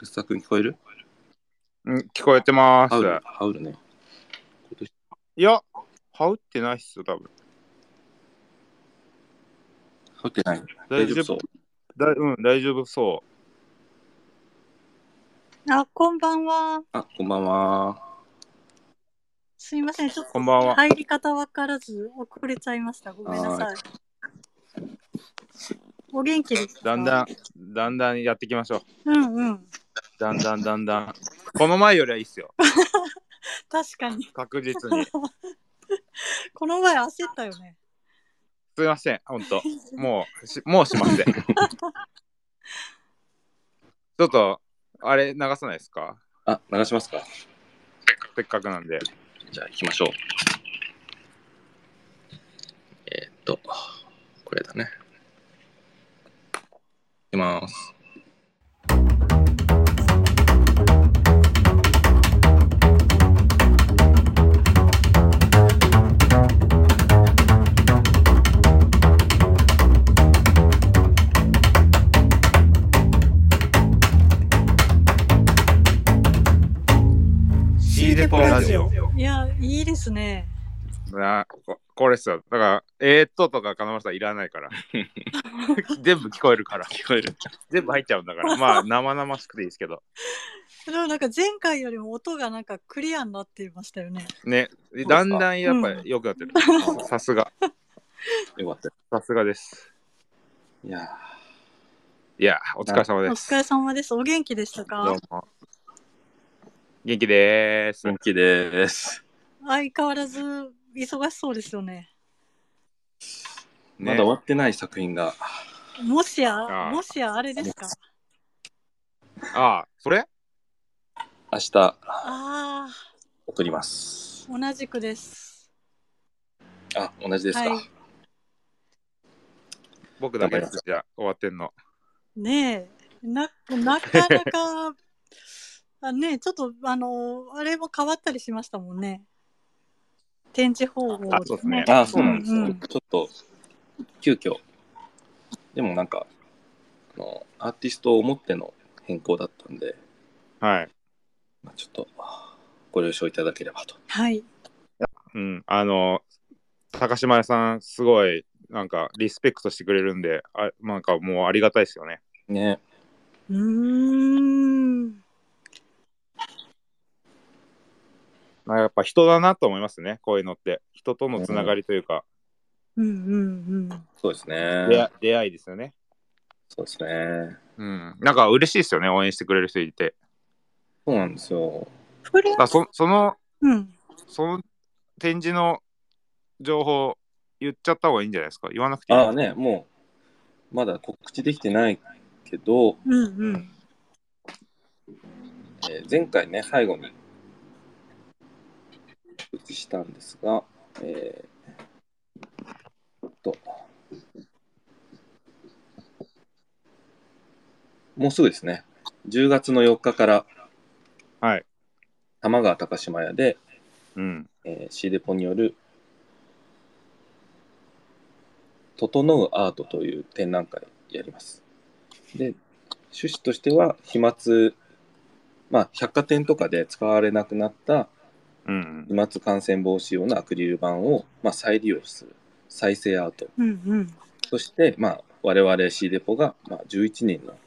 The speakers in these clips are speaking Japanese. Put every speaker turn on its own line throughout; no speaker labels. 安田君聞こえる
うん聞こえてます
ハウル、ハウルね。
いや羽織ってないっすよ多分
ハウってない。
大
大
丈
丈
夫
夫そう。
だうん大丈夫そ
あ、こんばんは。
あ、こんばんは。
すいません。ちょっ
うこんばん
と
は
入り方わからず遅れちゃいました。ごめんなさい。お元気ですか
だんだんだんだんやっていきましょう
うんうん。
だんだんだんだんこの前よりはいいっすよ
確かに。
確実に
この前焦ったよね。
すいませんほんともうしもうしません ちょっとあれ流さないですか
あ、流しますか。
せっかくなんで
じゃあ行きましょう。えーっと、これだね。いきます。
シーデポラジオ。
いや、いいですね。
なここれっすよだからえー、っととか金丸さんいらないから 全部聞こえるから
聞こえる。
全部入っちゃうんだからまあ生々しくていいですけど
でもなんか前回よりも音がなんかクリアになっていましたよね。
ねだんだんやっぱり良くなってる、さすが
よかっ
さすがです
た。いや
いやお疲れ様
お
です
疲れ様です。お元気でし
ど
た
う
か
も元気でー
ー、
す
元気でーす。
相変わらず忙しそうですよね。
まだ終わってない作品が、
もしや
あ、ー
もしやあれですか
ああそれ
明日
ああ、
送ります。
同じくです。
あ、同じですか。
はい
僕だけですじゃあ終わってんの
ねえ、な、なかな か、あねえ、ちょっと、あの、あれも変わったりしましたもんね。展示方法
あそうですね
あ、そうなんですよ、
うんうん
ちょっと、急遽。でもなんか、あのアーティストを思っての変更だったんで、
はい
まあ、ちょっと、ご了承いただければと。
はい。
うんあの高島屋さんすごいなんかリスペクトしてくれるんであなんかもうありがたいですよね
ね。
うーん。
まあやっぱ人だなと思いますねこういうのって人とのつながりというか、
うんうんうん。
そうです
出
ね
会。出会いですよね
そうですね。
うんなんか嬉しいですよね応援してくれる人いて
そうなんですよ。
これ、
あそその
うん。
その展示の情報言っちゃった方がいいんじゃないですか言わなくていい
ああね、もう、まだ告知できてないけど、
うんうん。
えー前回ね、最後に告知したんですが、えー、と、もうすぐですね、10月の4日から、
はい。
玉川高島屋で、
うん
えー、シーデポによる「整うアート」という展覧会やります。で趣旨としては飛沫、まあ、百貨店とかで使われなくなった
うん
飛沫感染防止用のアクリル板を、まあ、再利用する再生アート
うんうん。
そして、まあ、我々シーデポが、まあ、11人の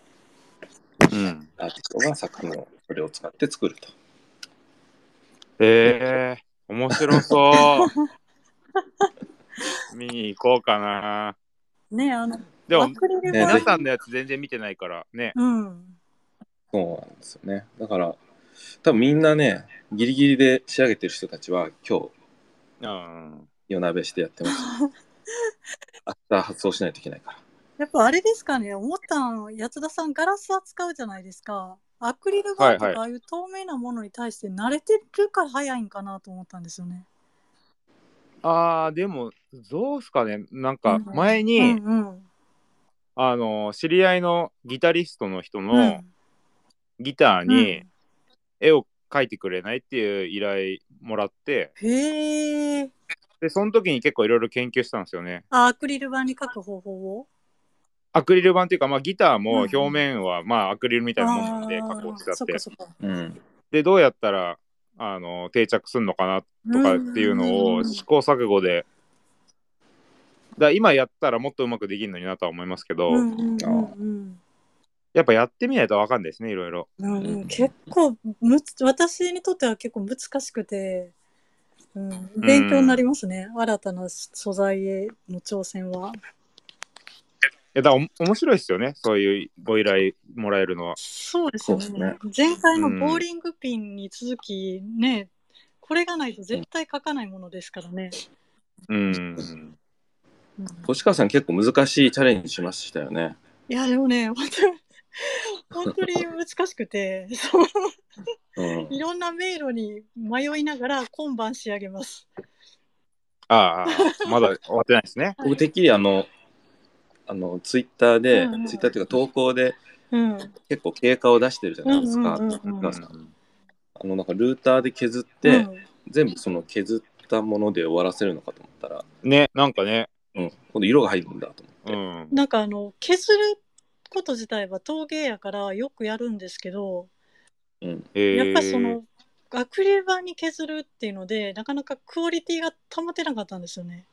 うん
アーティストが作品をそれを使って作ると。
えー、面白そう 見に行こうかな
ねえ、あの、
でも
アクリル
ね
板
皆さんのやつ全然見てないからね
うん。
そうなんですよね。だから多分みんなねギリギリで仕上げてる人たちは今日
うん
夜鍋してやってました。明日発送しないといけないから。
やっぱあれですかね、思ったの、八津田さん、ガラスは使うじゃないですか。アクリル板と
はいはい
か、ああいう透明なものに対して慣れてるから早いんかなと思ったんですよね。
あーでもどうすかねなんか
うん
前に、
うんうん。
あの知り合いのギタリストの人
う
の
ん
ギター
う
に
ん
絵を描いてくれないっていう依頼もらって
へえ。
でその時に結構いろいろ研究したんですよね
あ、アクリル板に書く方法を
アクリル板っていうか、まあ、ギター
うん
も表面は、まあ、アクリルみたいなものなんで加工しちゃ
そ
っ
ってかそっか。
うん。
でどうやったらあの定着するのかなとかっていうの
う
を
ん
試行錯誤でだから今やったらもっとうまくできるのになとは思いますけど、
うんうんうん
やっぱやってみないと分かんないですねいろいろ。
うんう
うん
ん、結構むつ私にとっては結構難しくて、うん、勉強になりますね、新たな素材への挑戦
い
は。
やだからお面白いですよねそういうご依頼もらえるのは。
そうですよね
そうで
前回の
うん
ボーリングピンに続きね、これがないと絶対書かないものですからね。
うん
うん
星川さん結構難しいチャレンジしましたよね。
いやでもね 本当に本当に難しくてそう
うん。
いろんな迷路に迷いながら今晩仕上げます。
ああああまだ終わってないですね。
僕てっきりあの、あの、ツイッターで、
うんうん
ツイッターっていうか投稿で
うん、
結構経過を出してるじゃないですか。
うんうんうんうん
なんすかあの、なんかルーターで削っ
う
て、
ん
全部その削ったもので終わらせるのかと思ったら、
ねなんかね、
うん、今度色が入るんだと思って。
うん、
なんかあの削ること自体は陶芸やからよくやるんですけど
うん、
やっぱりそのアクリル板に削るっていうのでなかなかクオリティが保てなかったんですよね。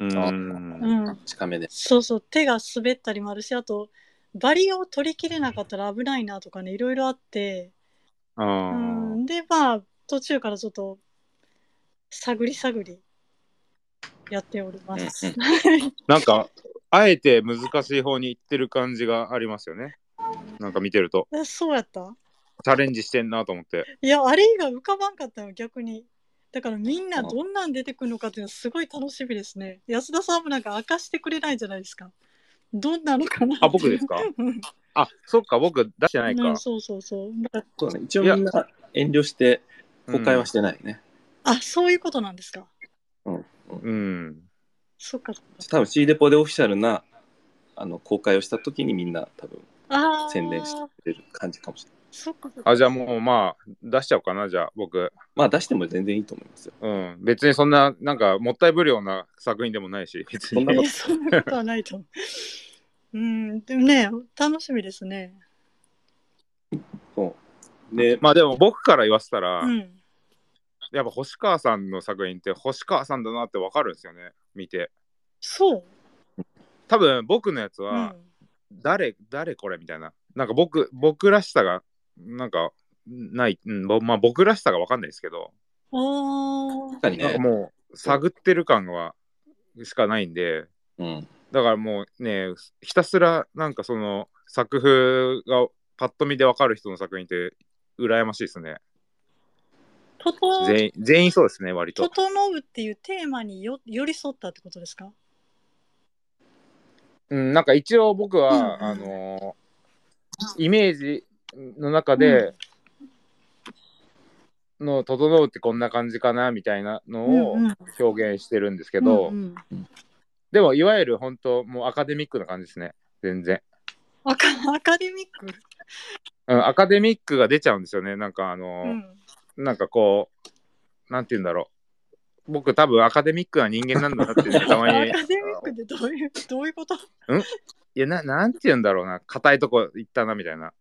えーうん
うん、
近めで。
そうそう手が滑ったりもあるしあとバリアを取りきれなかったら危ないなとかねいろいろあって、う
あ
ん、でまあ途中からちょっと探り探りやっております。
うん
なんかあえて難しい方に行ってる感じがありますよねなんか見てると
えそうやった
チャレンジしてんなと思って
いやあれ以外浮かばんかったよ逆に。だからみんなどんなん出てくるのかっていうのはすごい楽しみですね。安田さんもなんか明かしてくれないじゃないですか。どんなのかな
あ僕ですか
うん
あそっか僕出してないか、
うんそうそうそう。だから
そうだね。一応みんな遠慮して公開はしてないね。
あそういうことなんですか。
うん
そっかそっか。
多分 C デポでオフィシャルなあの公開をした時にみんな多分
ああ。
宣伝してくれる感じかもしれない。
そっかそっか。
あじゃあもうまあ出しちゃおうかなじゃあ僕
まあ出しても全然いいと思いますよ。
うん別にそんななんかもったいぶるような作品でもないし別に
そんなこと
いや そんなことはないと思う。うん、でもね、楽しみですね。
そうで、
まあでも僕から言わせたら、
うん。
やっぱ星川さんの作品って星川さんだなってわかるんですよね見て
そう。
多分僕のやつ
う
は、
ん。
誰誰これみたいななんか僕僕らしさがなんかない、うんぼまあ、僕らしさが分かんないですけど、
あ
確か
なん
あ。
か
にね。
もう探ってる感はしかないんで
うん。
だからもうねひたすらなんかその作風がパッと見で分かる人の作品って羨ましいですね
とと、
全員全員そうですね割と
整うっていうテーマによ寄り添ったってことですか
うん、なんか一応僕は、
うんうん
あのーイメージの中で、の「整う」ってこんな感じかなみたいなのを
うんうん
表現してるんですけ
け
ど、
うんうん、
でもいわゆる本当もうアカデミックな感じですね全然、
アカアカデミック、
うん、アカデミックが出ちゃうんですよねなんかあ
う
のー
ん、
なんかこうなんて言うんだろう僕多分アカデミックな人間なんだなっていうのがた
ア
ま
カ
に
デミックってどういうどういうこと
いやななんて言うんだろうな硬いとこ行ったなみたいな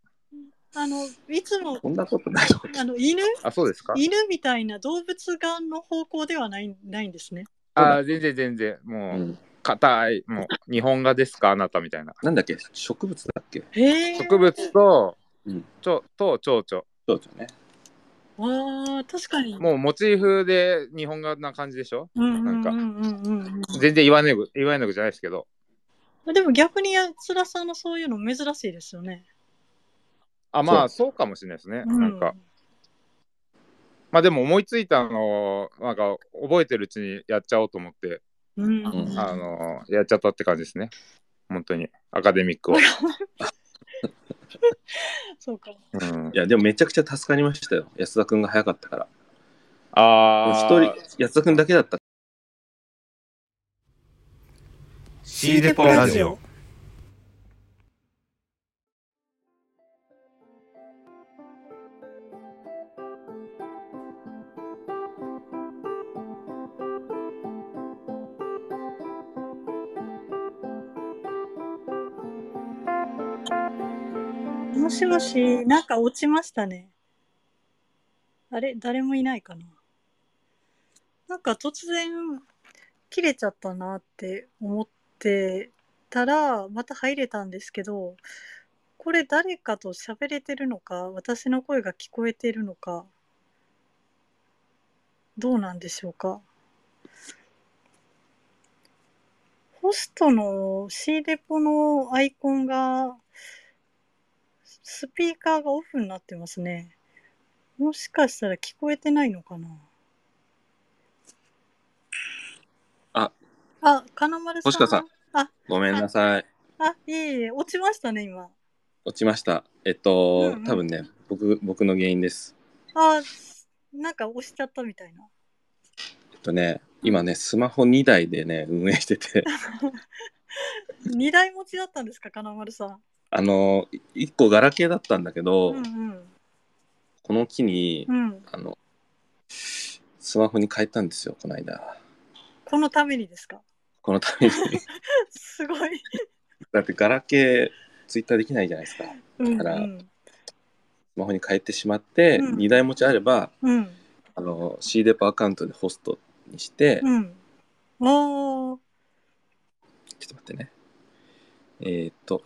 あのいつも
そんなことない
あの犬
あそうですか
犬みたいな動物側の方向ではないないんですね。
あー全然全然もう、
うん。
硬いもう日本画ですかあなたみたいな
なんだっけ植物だっけ
へえ。
植物と、
うん
ちょと蝶々
そうですよね。
ああ確かに。
もうモチーフで日本画な感じでしょ
なん
か
か。
全然言わねぐ言わねぐじゃないですけど
でも逆に安田さんのそういうの珍しいですよね。
あまあそうかもしれないですね、なんかまあでも思いついたのをなんか覚えてるうちにやっちゃおうと思って、
うん。
う
うん
ん
あのやっちゃったって感じですね本当にアカデミッ クを、
そうか。
うん
い、や、でもめちゃくちゃ助かりましたよ。安田くんが早かったから。
あ
一
ー
人、安田くんだけだった。
シーデポラジオ。
もしもし、なんか落ちましたね。あれ、誰もいないかな。なんか突然、切れちゃったなって思ってたら、また入れたんですけど、これ誰かと喋れてるのか、私の声が聞こえてるのか、どうなんでしょうか。ホストの C デポのアイコンが、スピーカーがオフになってますね。もしかしたら聞こえてないのかな
あ、
あ、金丸さん。
星川さん。ごめんなさい。
あ、いえいえ、落ちましたね、今。
落ちました。えっと、
うんうん
多分ね、僕、僕の原因です。
あ、なんか押しちゃったみたいな。
えっとね、今ね、スマホ2台でね、運営してて、
二台持ちだったんですか、金丸さん。
あの、1個ガラケーだったんだけど、
うんうん。
この機に、
うん。
あの、スマホに変えたんですよ、この間。
このためにですか。
このため に。
すごい。
だって、ガラケー、ツイッターできないじゃないですか。ス
うん、う
あら
ん。
マホに変えてしまって、
うん
2台持ちあれば、
うん。
あの、C デポアカウントでホストにして、
うん。おー。
ちょっと待ってね。えーっと、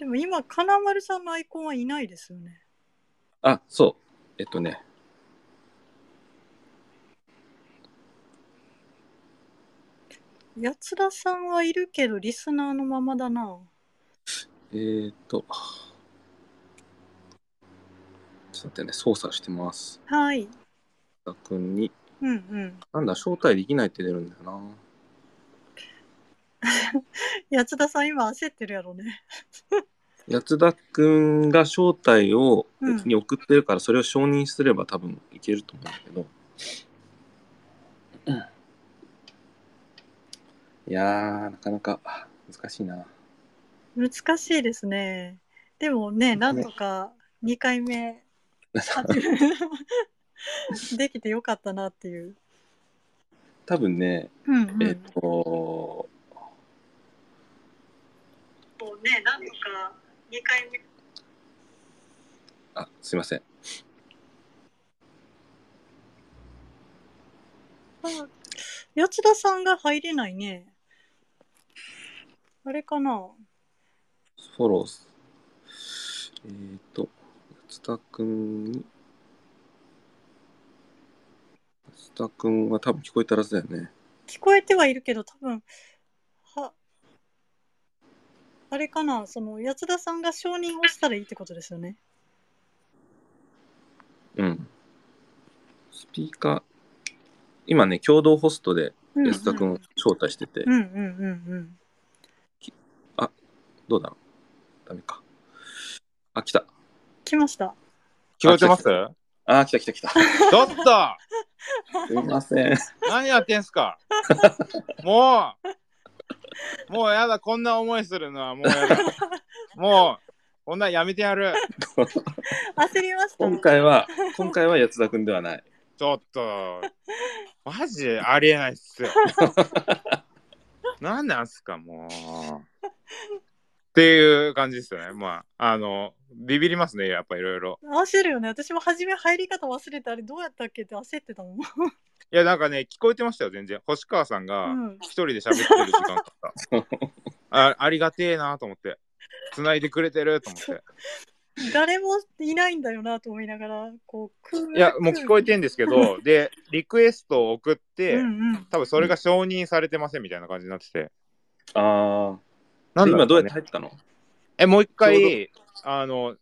でも今、金丸さんのアイコンはいないですよね。
あ、そう。えっとね。
やつらさんはいるけど、リスナーのままだな。
えーっと、ちょっと待ってね、操作してます。
はい。
田君に、
うんうん。
なんだ、招待できないって出るんだよな。
やつらさん今焦ってるやろね。
安田君が招待を、
うん
に送ってるから、それを承認すれば多分いけると思うんだけど。いやー、なかなか難しいな。
難しいですね。でもね、なんとか2回 目できてよかったなっていう。
多分ね、
うん、
えーっと、
もうね、なんとか2回目。
あ、すいません。
八津田さんが入れないね。あれかな
フォロー。えっ、ー、と、安田くんに。安田くんは多分聞こえたはずだよね。
聞こえてはいるけど、多分は、あれかなその、八津田さんが承認をしたらいいってことですよね。
うん。スピーカー。今ね、共同ホストで
うんうん
安田くんを招待してて、
うんうんうんうん。
どうだろうダメか。あ、来た。
来ました。
聞こえてます
あ
ち
あ、来た来た来 た。す
ょっと
いません。
何やってんすかもうもうやだ、こんな思いするのはもうやだ。もう、こんなんやめてやる。
焦りました。
今回は、今回は安田くんではない。
ちょっと、マジありえないっすよ。何なんすか、もう。っていう感じですよね。まあ、あの、ビビりますね、やっぱいろいろ。
焦るよね。私も初め入り方忘れて、あれどうやったっけって焦ってたもん。
いや、なんかね、聞こえてましたよ、全然。星川さんが
うん
一人で喋ってる時間だった。あありがてえなと思って。繋いでくれてると思って。
誰もいないんだよなと思いながら、こう、空
いや、もう聞こえてんですけど、で、リクエストを送って、
うんうん。
多分それが承認されてませんみたいな感じになってて。
あ
な
あ。
んだろ
今
ね
どうやって入ったの
え、もう一
ち
回、あの、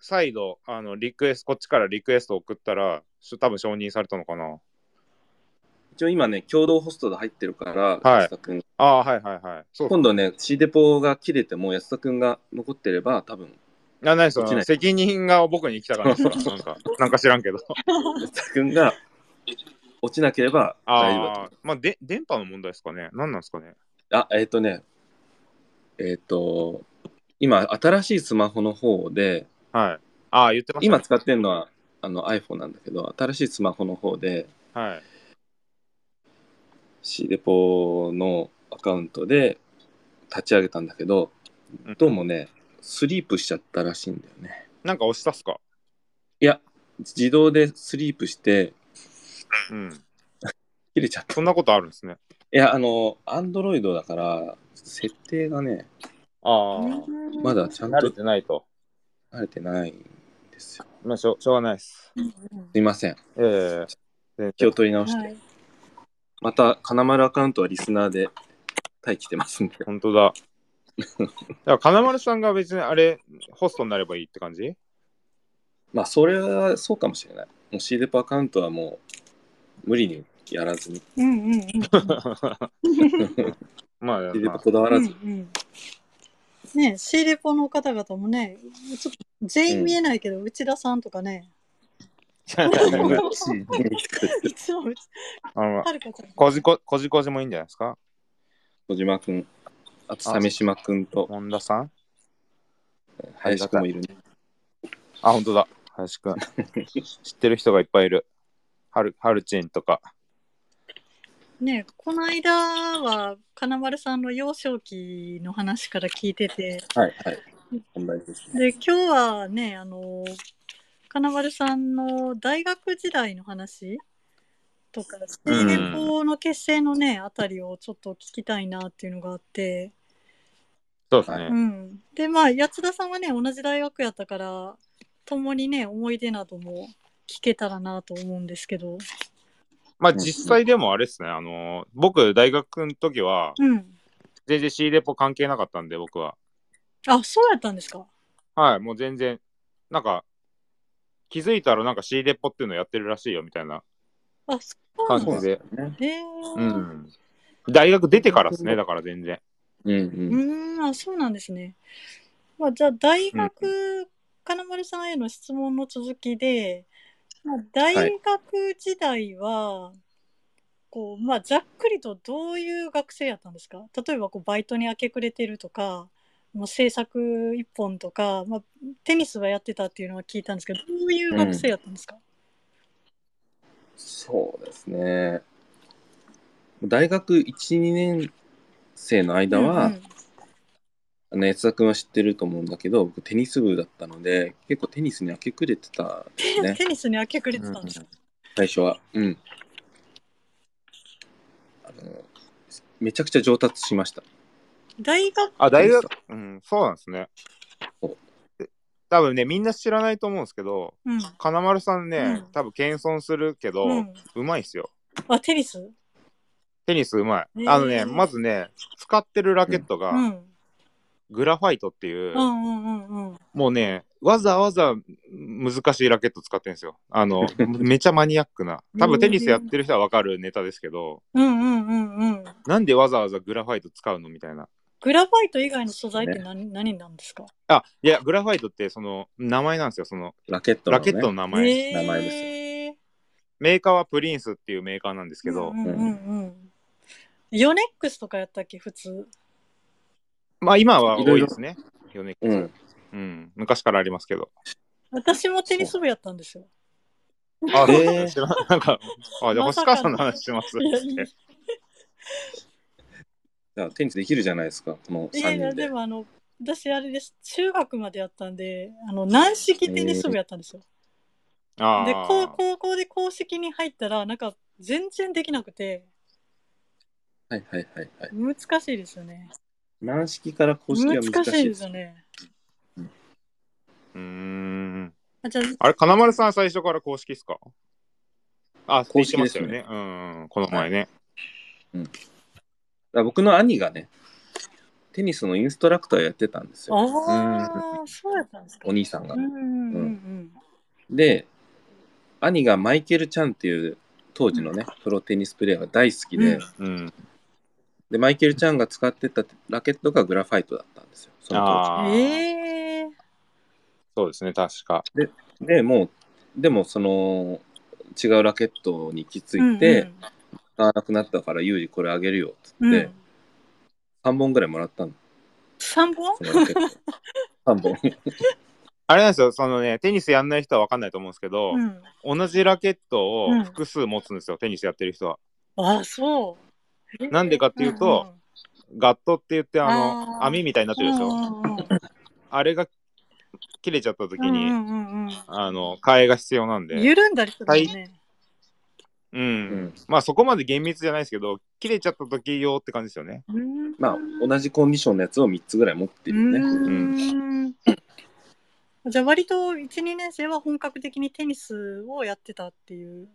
再度、あの、リクエスト、こっちからリクエスト送ったら、しょ多分承認されたのかな。
一応今ね、共同ホストで入ってるから、
はい
安田くん
ああ、はいはいはい。そう
今度ね、C デポが切れても安田くんが残ってれば、多 分
な、なにそ
落ちな
の、
い
責任が僕に来た感じですかなんか、なんか知らん けど。
安田くんが落ちなければ大丈夫だと
ああ、まあ、で、電波の問題ですかね。何なんですかね。
あえっ、とね、えっ、と、今、新しいスマホの方で、
はい。ああ、言ってました、
今
ね。
使ってるのはあの iPhone なんだけど、新しいスマホの方で、
今、はい。
C デポのアカウントで立ち上げたんだけど、どうもね、スリープしちゃったらしいんだよね。
なんか押したっすか
いや、自動でスリープして、
うん。
切れちゃった。
そんなことあるんですね。
いや、あの、アンドロイドだから、設定がね、
あ
まだちゃ
あ。
ん
慣れ
と
てないと。
慣れてないんですよ。
まあ、しょしょうがないです。
うん
すいません。
ええ全然
気を取り直して。
はい。
また、金丸アカウントはリスナーで待機してますんで。
本当だ。だから金丸さんが別にあれ、ホストになればいいって感じ
まあ、それはそうかもしれない。もうシーデポアカウントはもう、無理にやらずに、
うんうんうん。
まあ、まあ
シーデポこだわらず、
うんうんねえ、シーレポの方々もね、ちょっと全員見えないけど、内田さんとかね、いつも内
あの
はるかちゃん。
こじこ、こじこじもいいんじゃないですか
小島くん、あと鮫島くんと
本田さん
林くんもいるね。
あ、本当だ。林くん。知ってる人がいっぱいいる。はる、はるちんとか。
ねえ、この間は、金丸さんの幼少期の話から聞いてて、
はいはい。本題ですね。
で、今日はね、あの、金丸さんの大学時代の話とか、シーレポの結成のね、あたりをちょっと聞きたいなっていうのがあって、
そうです
は
ね
う。ん、でまあ八津田さんはね同じ大学やったから共にね思い出なども聞けたらなと思うんですけど
まあ実際でもあれですね。あの、僕、大学の時は、
うん
全然 C レポ関係なかったんで、僕は。
あそうやったんですか
はい、もう全然、なんか、気づいたらなんか C レポっていうのやってるらしいよみたいな
あそうなん
感
で
じ
す
で。
ね。
ねへ
う
ー
ん。大学出てからですね、だから全然。
うん
う
うん。
んあそうなんですね、まあ、じゃあ大学、金丸さんへの質問の続きで、まあ、大学時代は、こうまあ、ざっくりとどういう学生やったんですか例えばこうバイトに明け暮れてるとかもう制作一本とか、まあ、テニスはやってたっていうのは聞いたんですけどどういう学生やったんですか、
そうですね。大学1、2年生の間は、
うんうん
あの、安田くんは知ってると思うんだけど、僕テニス部だったので、結構テニスに明け暮れてたんです ね。
テニスに明け暮れてたんですか、
最初は。うん。あの、めちゃくちゃ上達しま した。
大学
あ、大学、うん、そうなんですね
そう。
で多分ね、みんな知らないと思うんですけど、
うん、
金丸さんね、
うん
多分謙遜するけど、
うん、
うまいっすよ。
あテニス
テニスうま
へ
い。
ー
あのね、まずね、使ってるラケット
うんう
が、
ん
グラファイトっていう、
うんうんうん
もうね、わざわざ難しいラケット使ってるんですよ。あ の、めちゃマニアックな。多分テニスやってる人はわかるネタですけど、
うんうんうんうん
なんでわざわざグラファイト使うのみたいな。
グラファイト以外の素材って何,、何なんですか
あ、いや、グラファイトってその名前なんですよ、その
ラケットの、
ラ
ね。
ケットの名前。
えー
名前です
メーカーはプリンスっていうメーカーなんですけど、
うんうんうんうんヨネックスとかやったっけ普通
まあ今は多いですね。ヨネックス
うん。
うん。昔からありますけど。
私もテニス部やったんですよ。
あ、
えー
そう知らんなんか、あ、じゃあ
ま
星
さか
川
の
さんの話し ます。
いやいい
じゃあテニスできるじゃないですか、この
いや
3
いや
人
で
で。
もあの私あれです中学までやったんであの軟式テニス部やったんですよ。
あ
で高
あ。
高校で公式に入ったらなんか全然できなくて
はいはいはいはい。
難しいですよね。
軟式から公式は
難
難しい
しいですよね。
うーん。
あじゃあ
あれ、金丸さん最初から公式っすかあ、公
公
式
式
ま
で
した
すね
よね。うんうん。この前ね。
あ僕の兄がね、テニスのインストラクターやってたんですよ。
ああそうやったんですか
お。兄さんが
うん。うんうん
で、兄がマイケル・チャンっていう当時のね、プロテニスプレーヤーが大好きで、
うん
うん。
で、マイケル・チャンが使ってたラケットがグラファイトだったんですよ、その当
う
あ
ん。
あ。
ええー。
そうですね、確か。
時。で、もう、でもその、違うラケットに行き着いて、使わなくなったから、ユージこれあげるよ、つって、
うんうんうん、
3本ぐらいもらったの、
3本
そのラケッ ト。3本。
あれなんですよ、そのね、テニスやんない人はわかんないと思うんですけど、
うん、
同じラケット
う
を
ん
複数持つんですよ、テニスやってる人は。
ああそう。
なんでかっていうと
んん
ガットって言って、あの、
あー
網みたいになってるでしょ。
うんうんうん
あれが切れちゃった時
うんう
に、
んうんうん。
あの、替えが必要なんで、
緩んだりするよね。
う。
うんん
まあそこまで厳密じゃないですけど、切れちゃった時用って感じですよね。
うん
まあ、同じコンディションのやつを3つぐらい持ってるよね。
うんじゃあ割と1、2年生は本格的にテニスをやってたっていう。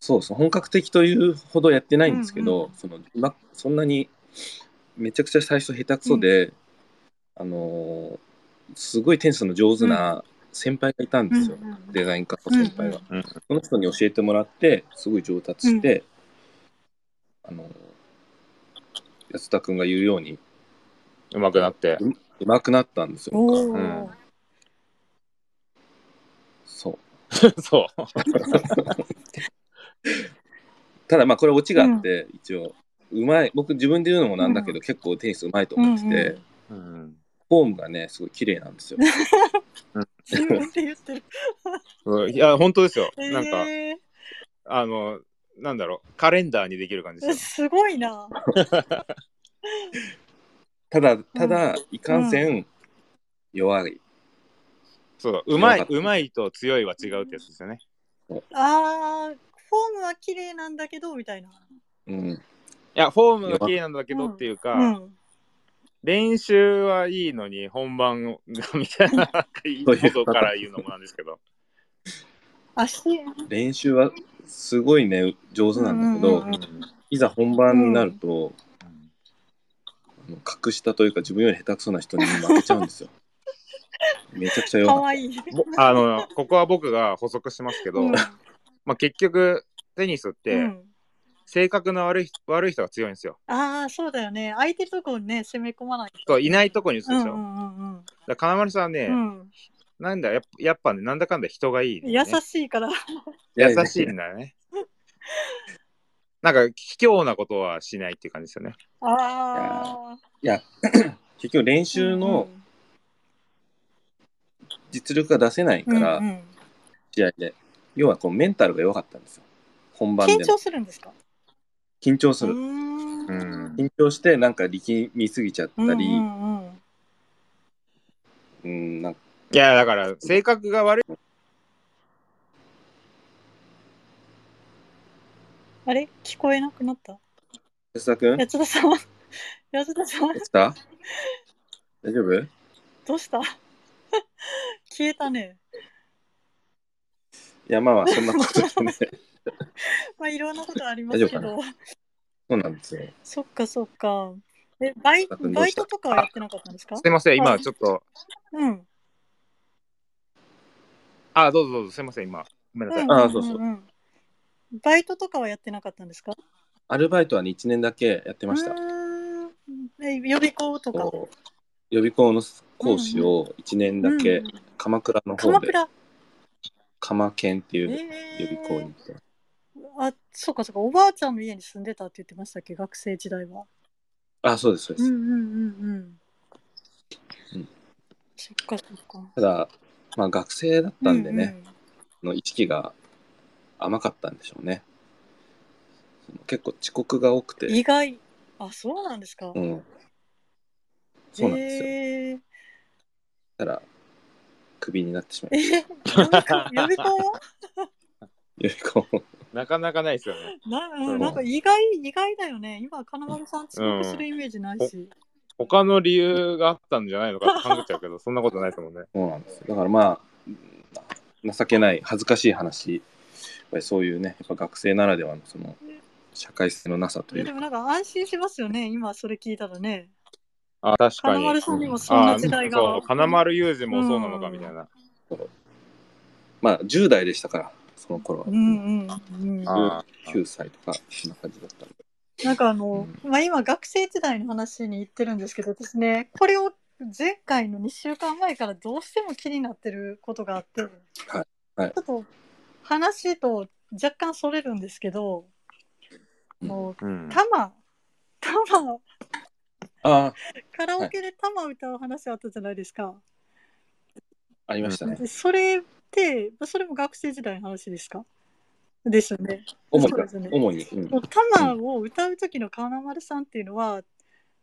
そうそう本格的というほどやってないんですけど、
うんうん
そのま、そんなにめちゃくちゃ最初下手くそで、あのーすごいテニスの上手な先輩がいたんですよ、
うんうん
デザイン科の先輩が、
うんうん
その人に教えてもらってすごい上達して、あのー安田君が言うように
うまくなって。
上手くなったんですよ
お
僕は
う
お、
ん
そう
そう。
ただまあこれオチがあって、一応うまい僕自分で言うのもなんだけど、結構テニスうまいと思ってて、
うんうん
うん。
フォームがねすごい綺麗なんですよ
自分で言ってる。
うんいや、本当ですよ。なんか、
え
あの、なんだろう、カレンダーにできる感じ
ー
ですよ。
すごいな。
ただただ、いかんせん、弱い
そうだ、うま
よ
い
か、った
うまいと強いは違うってやつですよね。
あー、フォームは綺麗なんだけど、みたいな。
うん
いや、フォームが綺麗なんだけど
うん
っていうか、
うん。
練習はいいのに本番をみたいなことから言うのもなんですけど。
足、
練習はすごいね上手なんだけど、
うん
いざ本番になると、あの格下というか自分より下手くそな人に負けちゃうん ですよめちゃくちゃ弱
か
かっ
わいい。
ぼあの、ここは僕が補足しますけど、
うん
まあ、結局、テニスっ
う
て、
ん
性格の悪い人悪い人が強いんですよ。
ああ、そうだよね。相手のとこにね、攻め込まない。
そういないとこに打つ
う
で
ん
し
う
ょ。だか
んうん
ら金丸さんはね、
うん。うん
なんだやっぱ、やっぱね、なんだかんだ人がいい、ね。
優しいから。
た
優しいんだよね。なんか、卑怯なことはしないっていう感じですよね。
ああ。
結局練習の実力が出せない
うん
から、
うんうんうん
試合で要はこうメンタルが弱かったんですよ本番で
緊張
も
するんですか
緊張す
うー
る
ん
うん
緊張してなんか力みすぎちゃっ
うんう
たり、うん
んうん
なんか
いや、だから、性格が悪い。
あれ聞こえなくなった
安田君
安田さんは 安田さんは
落ちた大丈夫
どうした 消えたね。
いやまあまあそんなことでね
まあいろんなことありますけ
大丈
ど。
そうなんですよ
そっかそっか。え、バイ
安田君ど
バ
う
イ
した
トとかはやってなかったんですか
すいません、
は
今
い
ちょっと、
うん。
あ、どうぞどうぞ、すいません、今。ごめんなさい。
ああそうそうん
んんバイトとかはやってなかったんですか
アルバイトはね1年だけやってました
うーんえ予備校とか。
こう予備校の講師を1年だけ
うん
鎌倉の方
鎌
で
倉。
鎌県っていう
え
予
ー
備校に行って
あ、そうかそうか。おばあちゃんの家に住んでたって言ってましたっけ学生時代は。
あそうですそうで
う
す、
んうんうんう
うんん。
そっかそっか。
ただまあ学生だったんでね、
うう
の意識が甘かったんでしょうねその結構遅刻が多くて、
意外。あ、そうなんですか。
うん、そうなんですよ、
えー
だからクビになってしま
え
い
予備校予備校
予備校も
なかなかないですよね。
な,、
う
うん、
ん
なんか意外意外だよね。今、金丸さん遅刻するイメージないし。
他の理由があったんじゃないのかって考えちゃうけど、そんなことないですもんね。
そうなんですよだからまあうん情けない恥ずかしい話やっぱりそういうねやっぱ学生ならではのその社会性のなさと
い
い
や
う
でも
か
なんか安心しますよね。今、それ聞いたらね。
あ、確か
金
に。
丸さんにもそん
あ
な時代が。
そう、金丸雄二もそうなのかみたいな。
まあ10代でしたからその頃は、
うんうんうん。
あ
9歳とかそんな感じだったんで
なんかあの、まあ、今学生時代の話に行ってるんですけど私ねこれを前回の2週間前からどうしても気になってることがあって、
はい
ちょっと話と若干それるんですけど、
うん
もう
うん。
玉玉
ああ
カラオケで玉歌う話あったじゃないですか、
ありましたね、
でそれってまあそれも学生時代の話ですかですよね
主に
そうですね
主に、うん
もうタマを歌う時の金丸さんっていうのは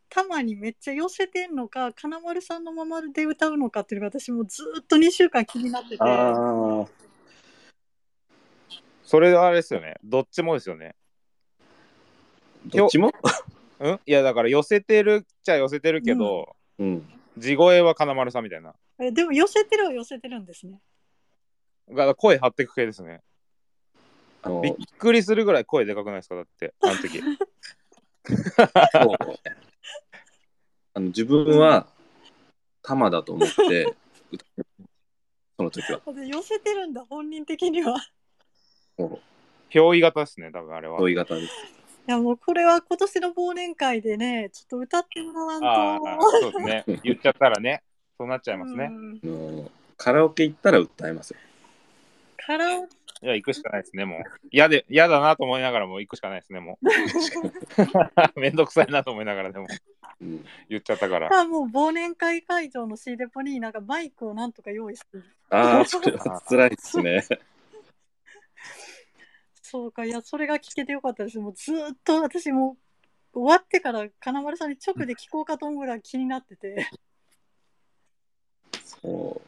たまにめっちゃ寄せてんのか金丸さんのままで歌うのかっていうのが私もずっと2週間気になってて
ああ、
それはあれですよね。どっちもですよね。
どっちも
うんいや、だから寄せてるっちゃ寄せてるけど、
うん。
地声は金丸さんみたいな。
えでも寄せてるは寄せてるんですね。
が声張ってく系ですね。
あの
びっくりするぐらい声でかくないですかだって、あの 時。
そうあの自分は玉だと思って 歌ってその時は
私寄せてるんだ本人的には。い
憑依型ですね、多分あれは。
問い型です。
やもうこれは今年の忘年会でねちょっと歌ってもら
あ
わんと。
あ、そうですね。言っちゃったらね、そうなっちゃいます
う
ね。
あ
ん
のカラオケ行ったら歌えますよ。
カラオケ
いや、行くしかないですね、もう。嫌で、嫌だなと思いながらも行くしかないですね、もう。 めんどくさいなと思いながらでも、
うん、
言っちゃったから。
はもう忘年会会場の C デポになんかバイクをなんとか用意する。
ああ、それは辛いです ね。
そうかいやそれが聞けてよかったです。もうずっと私も終わってから金丸さんに直で聞こうかと思うぐらい気になってて。
そ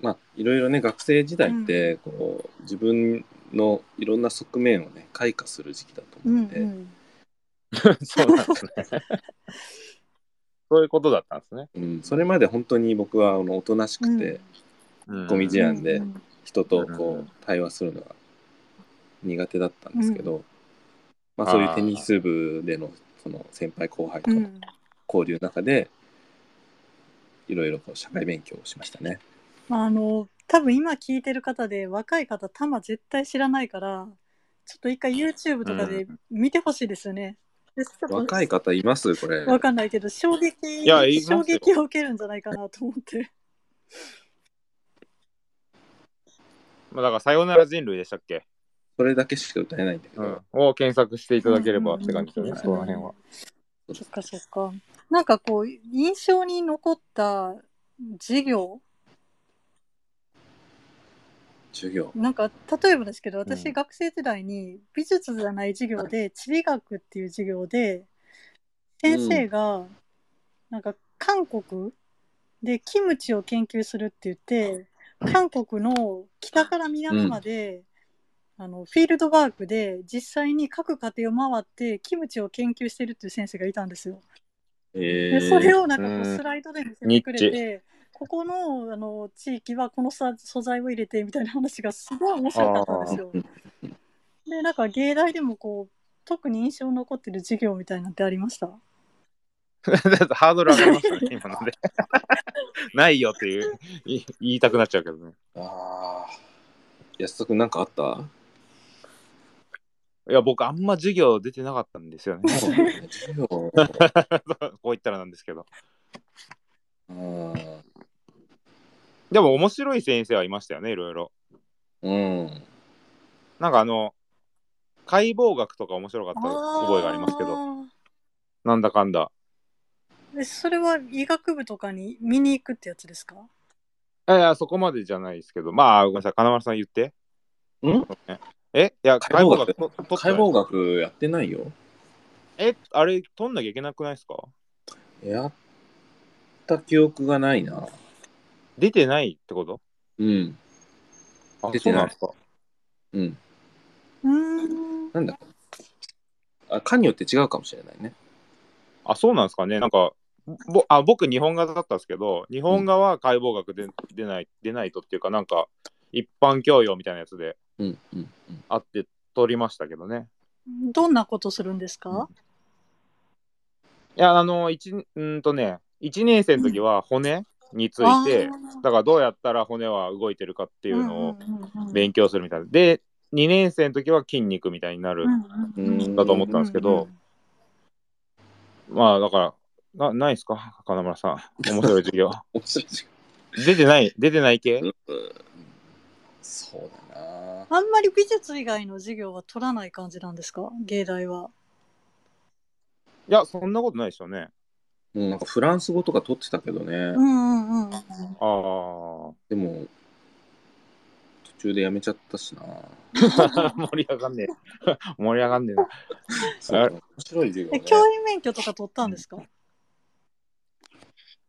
うまあいろいろね学生時代ってこう、自分のいろんな側面をね開花する時期だと
うん
思って、
うん
そうなんですね。そういうことだったんですね。
うんそれまで本当に僕はあのおとなし
う
く
ん
て、
うん
ゴミじゃんで
うん
人とこ
う
うん対話するのが苦手だったんですけど、まあ、そういうテニス部でのその先輩後輩と
う
の
ん
交流の中で、いろいろこう社会勉強をしましたね。
まああの多分今聞いてる方で若い方たま絶対知らないからちょっと一回 YouTube とかで見てほしいですよね。でちょっと
若い方いますこれ。
わかんないけど衝撃
やいますよ
衝撃を受けるんじゃないかなと思って。
まあ、だから、さよなら人類でしたっけ、
それだけしか歌えないんだけど、
を検索していただければって感じです
うん
ね、
うんうん
その辺は。
そっかそっか。なんかこう印象に残った授業
授業。
なんか例えばですけど私、
うん
学生時代に美術じゃない授業 で地理学っていう授業で先生が、なんか韓国でキムチを研究するって言って韓国の北から南まで、あのフィールドワークで実際に各家庭を回ってキムチを研究してるっていう先生がいたんですよ。
え
でそれをなんかこう
うん
スライドで見せてくれて、ここのあの地域はこのさ素材を入れてみたいな話がすごい面白かったんですよ
あー。
でなんか芸大でもこう特に印象に残ってる授業みたいなんてありました
だってハードル上がりましたね、今ので。 ないよっていう、い言いたくなっちゃうけどね。
ああ。安田君なんかあった
いや、僕、あんま授業出てなかったんですよね。
そうだね授業。
こう言ったらなんですけど。
うん。
でも、面白い先生はいましたよね、いろいろ。
うん。
なんか、あの、解剖学とか面白かった覚えがありますけど、
あ
なんだかんだ。
ー。えそれは医学部とかに見に行くってやつですか
いやいや、そこまでじゃないですけど、まあ、ごめんなさい、金丸さん言って。
ん
えいや、解
解
剖
剖
学
学
と取って
解
ない
剖学やってないよ。
え、あれ、取んなきゃいけなくないですか
やった記憶がないな。
出てないってこと
うん。
あ
出てない
そう
うん。
うーん。
なんだっけあ、科によって違うかもしれないね。
なんですかあ、そうなんですかね。なんか、ぼあ僕、日本画だったんですけど、日本画は解剖学で、出ない、出ないとっていうか、なんか、一般教養みたいなやつで
うんうんうん。
あって取りましたけどね。
どんなことするんですか、
いや、あの、一うーんとね、1年生の時は骨について、
あー
だからどうやったら骨は動いてるかっていうのを
んうんうんうん
勉強するみたいな。で、2年生の時は筋肉みたいになる。
うんうんうん
だと
思ったんですけどまあ、だから、なないですか金村さん。面白い授業。
面白い授
出てない、出てない系
業うんそうだな。
あんまり美術以外の授業は取らない感じなんですか芸大は。
いや、そんなことないですよね。
うん、なんかフランス語とか取ってたけどね
う。んうんうん。
ああ。
でも、途中でやめちゃったしな。
盛り上がんね え。盛り上がんねえな。
そう面白い授業、
え
ね。
教員免許とか取ったんですか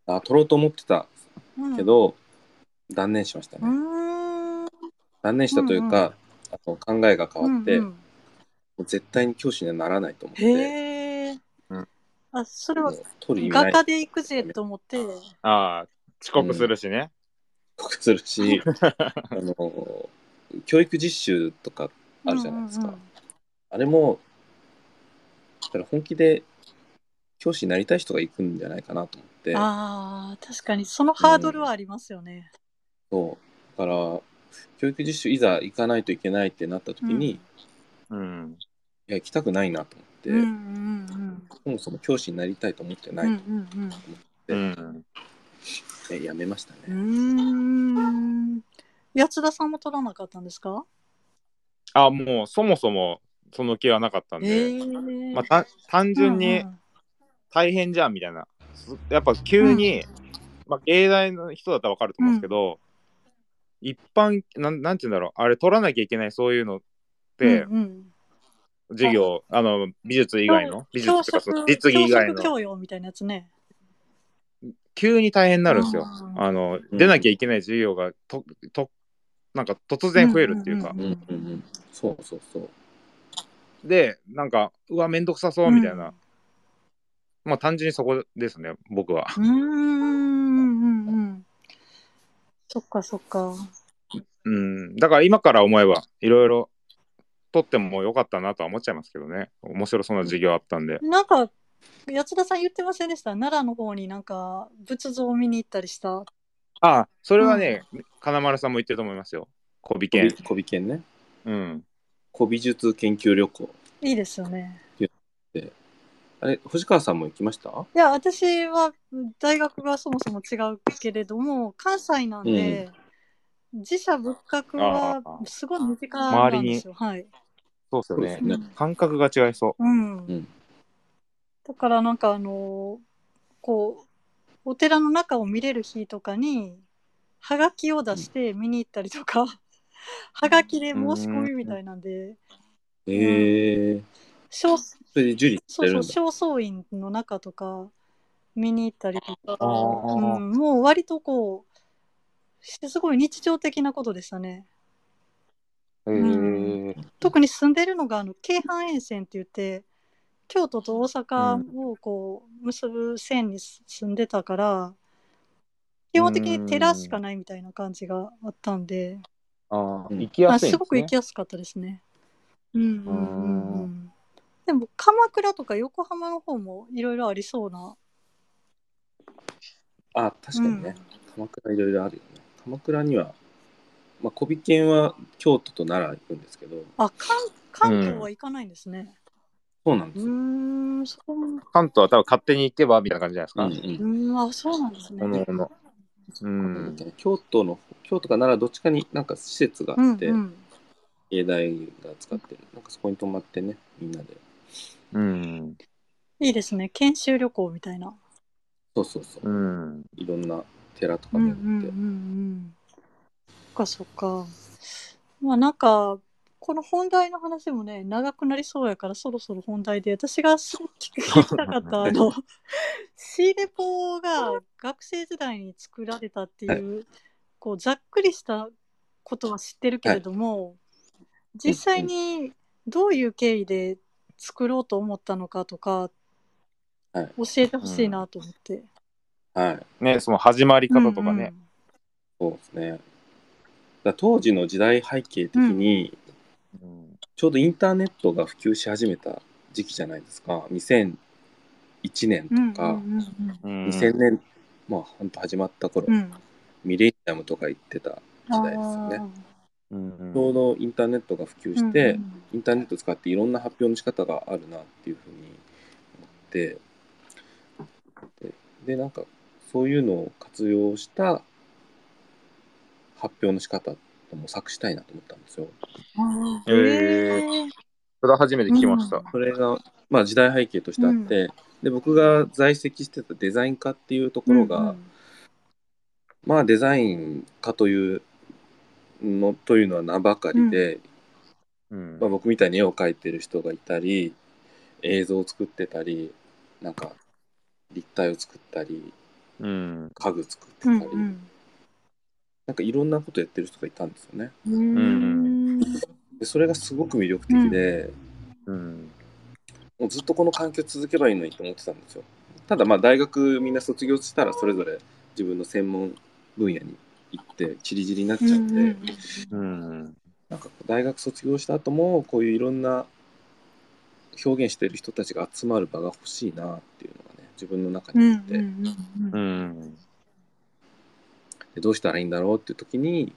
あ取ろうと思ってた
うん
け、ど、断念しましたね、
うーん。
断念したというか、あの考えが変わって、
うんうん
もう絶対に教師にはならないと思って
へえ
うん。
あ、それ
も
は
う取る意味な
画
い
家で行くぜと思って。
ああ、遅刻するしね。
とかするしあの教育実習とかあるじゃないですか、
うんうん
あれもだから本気で教師になりたい人が行くんじゃないかなと思って
うんああ、確かにそのハードルはありますよね。
そうだから教育実習いざ行かないといけないってなった時に、
うん
い
うん。
や行きたくないなと思って、
うんうんうん
そもそも教師になりたいと思ってな
う
い
ん
と
う
思っ
んうん。
て、
うん。
えやめましたね、
うーん。八田さんも取らなかったんですか
あもうそもそもその気はなかったん
え
で、
え
まあ、た単純に大変じゃんみたいな、すやっぱ急に、まあ、芸大の人だったらわかると思うんですけど、一般なんなんて言うんだろうあれ取らなきゃいけないそういうのって、
うんうん
授業あの美術以外の美術
教
とかそ
職
の実技以外
教職
の
教養みたいなやつね。
急に大変になるんですよ。
あー
あの
うん
出なきゃいけない授業がととなんか突然増えるっていうか、
うんうんうん、そうそうそう
でなんかうわめんどくさそうみたいな、まあ単純にそこですね僕は。
うん。うんうんうんうん。そっかそっか。
うん、だから今から思えばいろいろ取ってもよかったなとは思っちゃいますけどね面白そうな授業あったんで
なんか、八田さん言ってませんでした奈良の方になんか仏像を見に行ったりした。
ああそれはね、金丸さんも言ってると思いますよ小尾
小
健
美小美研ね
うん
古美術研究旅行
いいですよね。
あれ星川さんも行きました
いや、私は大学がそもそも違うけれども、関西なんで、自社仏閣は
あー
すごい身近なんですよ。はい。
そうですよね
そうです
ね
感覚が違いそう
うん。
うん
だからなんかあのーこう、お寺の中を見れる日とかに、はがきを出して見に行ったりとか、はがきで申し込みみたいなんで、
ええー、
正
それで受理して
そう
るん
そ
だ
う、正倉院の中とか見に行ったりとか、
あー
うん、もう割とこう、すごい日常的なことでしたね。
へ
ん特に住んでるのが、あの、京阪沿線って言って、京都と大阪をこう、結ぶ線に住んでたから、基本的に寺しかないみたいな感じがあったんで、
ああ
うん
行きや
あ
すいんですす、ね、
ごく行きやすかったですね。うんうんうんうん。でも鎌倉とか横浜の方もいろいろありそうな。
あ確かにね、鎌倉いろいろあるよね鎌倉にはまあ小美研は京都と奈良行くんですけど
あ、関関東は行かないんですね。
そうなんで
う
す
ー
よ、
ん、そこも、
関東は多分勝手に行けばみたいな感じじゃ
う
ない
ん
ですか、
うん
うーん、あ、そうなんですね。
おのおのうん
京都の京都か奈良どっちかになんか施設が
う
あ
ん
って、
うん、
芸大が使ってるなんかそこに泊まってねみんなで
うん
いいですね。研修旅行みたいな。
そうそうそう
うん
いろんな寺とか
うんう
巡
ん
って、
うんうん。そっかそっか。まあなんか、この本題の話もね、長くなりそうやから、そろそろ本題で、私がすごく聞き聞きたかった、あの、シーレポが学生時代に作られたっていう、こう、ざっくりしたことは知ってるけれども、実際にどういう経緯で作ろうと思ったのかとか、
はい
教えてほしいなと思って。
はい
ねその始まり方とかね、
そうですねだから当時の時代背景的に、
うん
ちょうどインターネットが普及し始めた時期じゃないですか2001年
うんうん。
とか、
うんうんうん
うん
2000年まあ本当始まった頃、
うん、
ミレニアムとか言ってた時代ですよね
うん
ちょうどインターネットが普及
あー
して、
うん
インターネット使っていろんな発表の仕方があるなっていうふうに思ってででなんかそういうのを活用した発表の仕方を模索したいなと思ったんですよ。
うん
へーそれは初めて聞きました、
うん
それが、まあ、時代背景としてあって、で僕が在籍してたデザイン科っていうところが、まあデザイン科というのというのは名ばかりで、
うん
まあ、僕みたいに絵を描いてる人がいたり映像を作ってたりなんか立体を作ったり
うん。
家具作って
う
たり、
んうん
なんかいろんなことやってる人がいたんですよね。
うーん
でそれがすごく魅力的で、
うん。
もうずっとこの環境続けばいいのにと思ってたんですよ。ただまあ大学みんな卒業したらそれぞれ自分の専門分野に行ってチり散りになっちゃうんで、
うんうんうん
うん。
なんか大学卒業した後もこういういろんな表現してる人たちが集まる場が欲しいなっていうのがね自分の中
う
にあ
ん
って、
うんうん
う
うん
ん。
でどうしたらいいんだろうっていう時に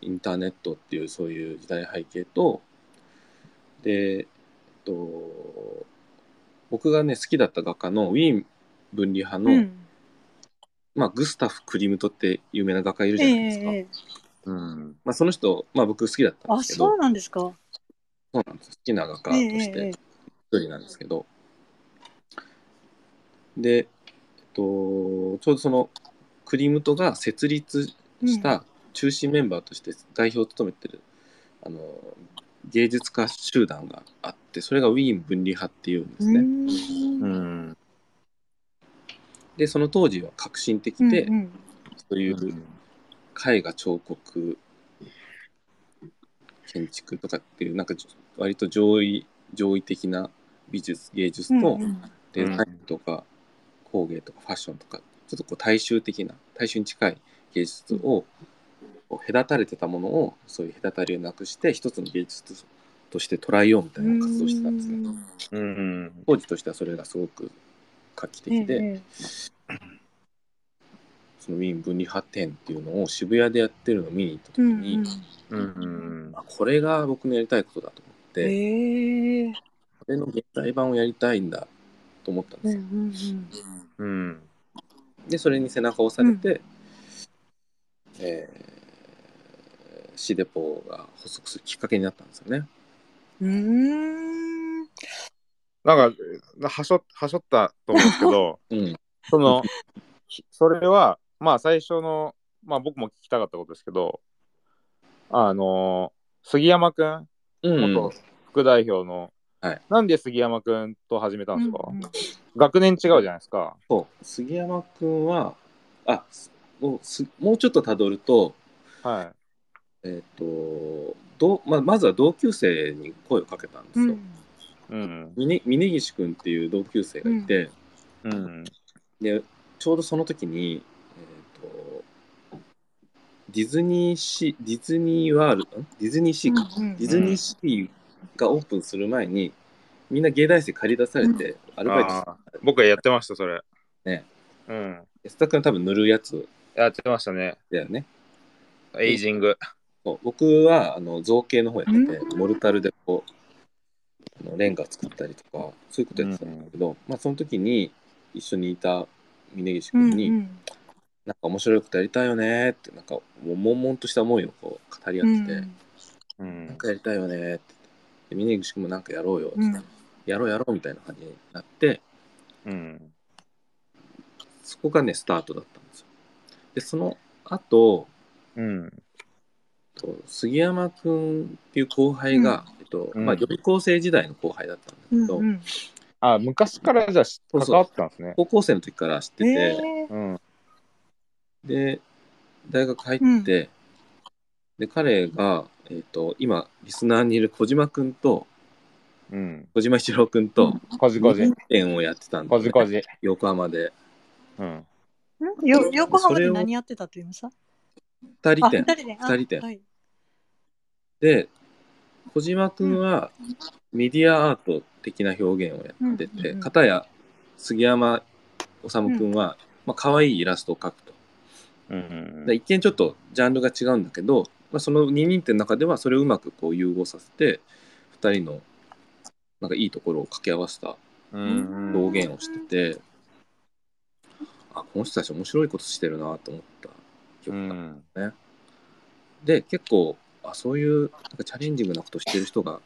インターネットっていうそういう時代背景とで、えっと、僕がね好きだった画家のウィーン分離派の、
うん
まあ、グスタフ・クリムトって有名な画家いるじ
え
ゃ
え
ないですか、
ええ
うん。
まあ、その人、まあ、僕好きだったん
あ
ですけ
そ
ど
うなんですか
そうなんです好きな画家と
ええ
して。
ええ
一人なんですけどで、えっと、ちょうどそのクリムトが設立した中心メンバーとして代表を務めてる、あの芸術家集団があってそれがウィーン分離派っていうんですね。
うん
うん。
でその当時は革新的
うん
で、
うん
そういう絵画彫刻建築とかっていうなんか割と上位上位的な美術芸術と、
うんうん
デ
うん
ザインとか工芸とかファッションとかちょっとこう大衆的な大衆に近い芸術をこう隔たれてたものをそういう隔たりをなくして一つの芸術として捉えようみたいな活動をしてたんですね
うん
うん。
当時としてはそれがすごく画期的で、
え
そのウィーン分離派展っていうのを渋谷でやってるのを見に行った時
え
に、
うんうん
うん。
あこれが僕のやりたいことだと思って、
ええ
これの現代版をやりたいんだと思ったんです
う
よ
んうんうん
うん。
でそれに背中を押されて、えーシデポが発足するきっかけになったんですよね。
うーん
なんか、はしょ、はしょったと思うんですけ ど、
うん、
その、ひそれは、まあ最初の、まあ僕も聞きたかったことですけど、あのー、杉山くん、
うん
元副代表の、
はい
なんで杉山くんと始めたんですか、
うんうん
学年違うじゃないですか。
そう杉山君はあすもうすもうちょっとたどると,、
は
えーとどうまあ、まずは同級生に声をかけたんです
う
よ。
ん
い。うん。
峰峰岸君っていう同級生がいて、
うん。
でちょうどその時に、えー、とディズニーシーディズニーワールドんディズニーシーか、
うんうん
ディズニーシーがオープンする前にみんな芸大生借り出されてアルバイトし
あー僕はやってました、それ。
ね。
うん。
安田君多分塗るやつ
やってましたね。
だよね
エイジング。
そう僕はあの造形の方やってて
うん
モルタルでこうあのレンガ作ったりとかそういうことやってたんだけど、まあ、その時に一緒にいた峯岸君に、
うんうん
なんか面白いことやりたいよねってなんかもう悶々とした思いをこう語り合ってて、
うん
う
なん
ん。
かやりたいよねって言ってで峯岸君もなんかやろうよって、
うん
やろうやろうみたいな感じになって
うん。
そこがねスタートだったんですよでその後
うん。
と杉山くんっていう後輩が、えっと
うん
まあ、予備校生時代の後輩だったんだけ
うん
ど、
うん
あ、昔からじゃあし
そう
関
そう
わってたんですね。
高校生の時から知ってて、
ええ
うん。
で大学入って、
うん
で彼が、えっと今リスナーにいる小島くんと
うん。
小島一郎くんと
こじこじ
二。店をやってたんだ
こ
よね、
じこじ。
横浜で
うん。
んよ横浜
それ
で
を
何やってたと言いました
二人
あ
店
二人であ
二人で
はい
で小島くんはメディアアート的な表現をやってて、
うんうんうん
片や杉山治くんは、まあ可愛いイラストを描くと
うん
で一見ちょっとジャンルが違うんだけど、まあ、その二人展の中ではそれをうまくこう融合させて二人のなんかいいところを掛け合わせた
うん。
表現をしてて、あこの人たち面白いことしてるなと思った記
う
憶が
ん。
で結構あそういうなんかチャレンジングなことしてる人が、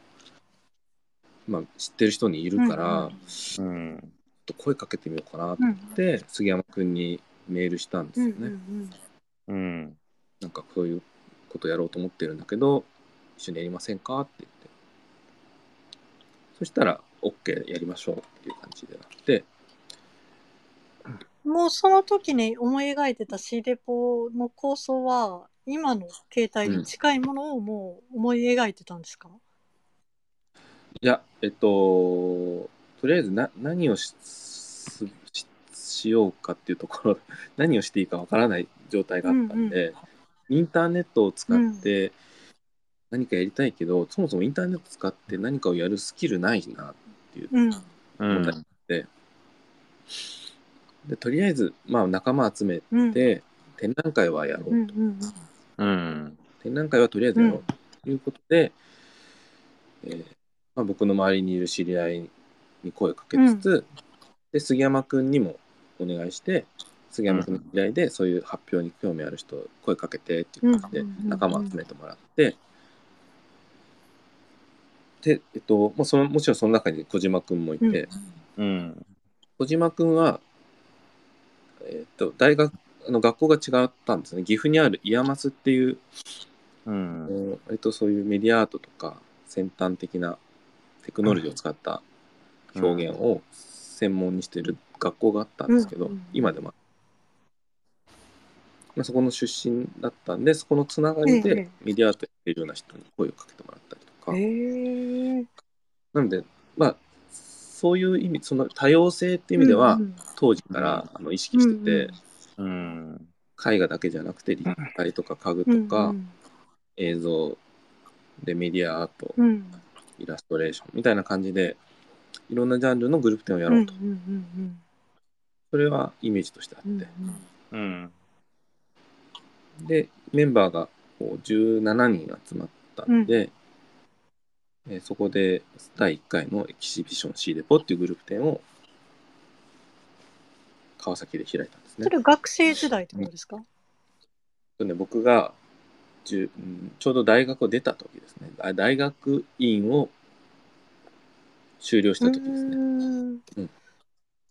まあ、知ってる人にいるから、
うんうん
ちょ
うん。
っと声かけてみようかなと
う
思
ん
って、杉山くんにメールしたんですよ
うん
ね、
う
う
ん
ん。
なんかこういうことやろうと思ってるんだけど一緒にやりませんかって言ってそしたら OK やりましょうっていう感じでなって
うもうその時に思い描いてた C デポの構想は今の携帯に近いものをもう思い描いてたんですか、
いや、えっと、とりあえずな何をしすししようかっていうところ、何をしていいかわからない状態があったんで、インターネットを使って何かやりたいけど、そもそもインターネット使って何かをやるスキルないなっていう
うん
う
思っ
ん
たりして、でとりあえず、まあ、仲間集めて、
うん
展覧会はやろう、
うんうん
うん
展覧会はとりあえずやろうということで、えーまあ、僕の周りにいる知り合いに声をかけつつ、で杉山くんにもお願いして杉山くんの依頼でそういう発表に興味ある人声かけてっていう感じ
う
で
んうんうんうん
仲間集めてもらって。でえっと、もうそのもちろんその中に小島くんもいて、
う
う
ん
ん
小島くんは、えっと大学あの学校が違ったんですね岐阜にあるイヤマスっていう
うん
うん割とそういうメディアアートとか先端的なテクノロジーを使った表現を専門にしてる学校があったんですけど、
うんうん
今でもある、まあ、そこの出身だったんでそこのつながり
ええ
でメディアアートやってるような人に声をかけてもらったりとか、
へえ
なのでまあそういう意味その多様性っていう意味では、
うん
当時からあの意識してて、
うんうん
うん
絵画だけじゃなくて立体とか家具
う
と
ん
か、映像でメディアアート、
うんうん
イラストレーションみたいな感じでいろんなジャンルのグループ展をやろうと、
うんうんうん
それはイメージとしてあって、
う
う
ん
ん
でメンバーがこう17人集まったんで、えーそこで第1回のエキシビション C デポっていうグループ展を川崎で開いたんですね
そ。れ学生時代ってことですか、
とね僕がじゅうんちょうど大学を出た時ですねあ大学院を修了した時ですね。
ね。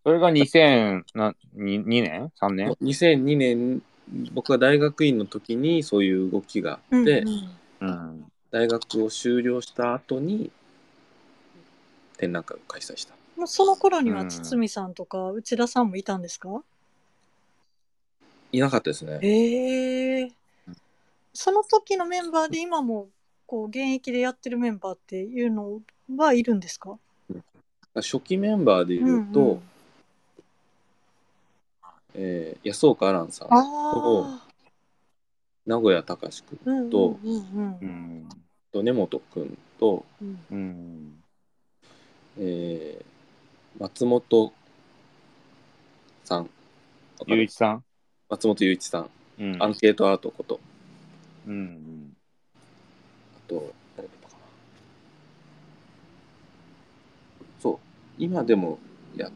それが2002年 ?3 年
2002年僕が大学院の時にそういう動きがあって、
うんうん
うん
大学を修了した後に展覧会を開催した
もうその頃には
うん
堤さんとか内田さんもいたんですか、
いなかったですね
へえ
うん
その時のメンバーで今もこう現役でやってるメンバーっていうのはいるんですか
初期メンバーで言うと、
んん、
えー安岡アランさん
ああ、
名古屋隆君
うんうん
と
うん
う
うん
ん
と根本君と、
うん
うん
えー松本さんわか
ゆうい
る
ちさん
松本雄一さん
うん
アンケートアートこと
うん
あと、誰だったかな。そう、今でもや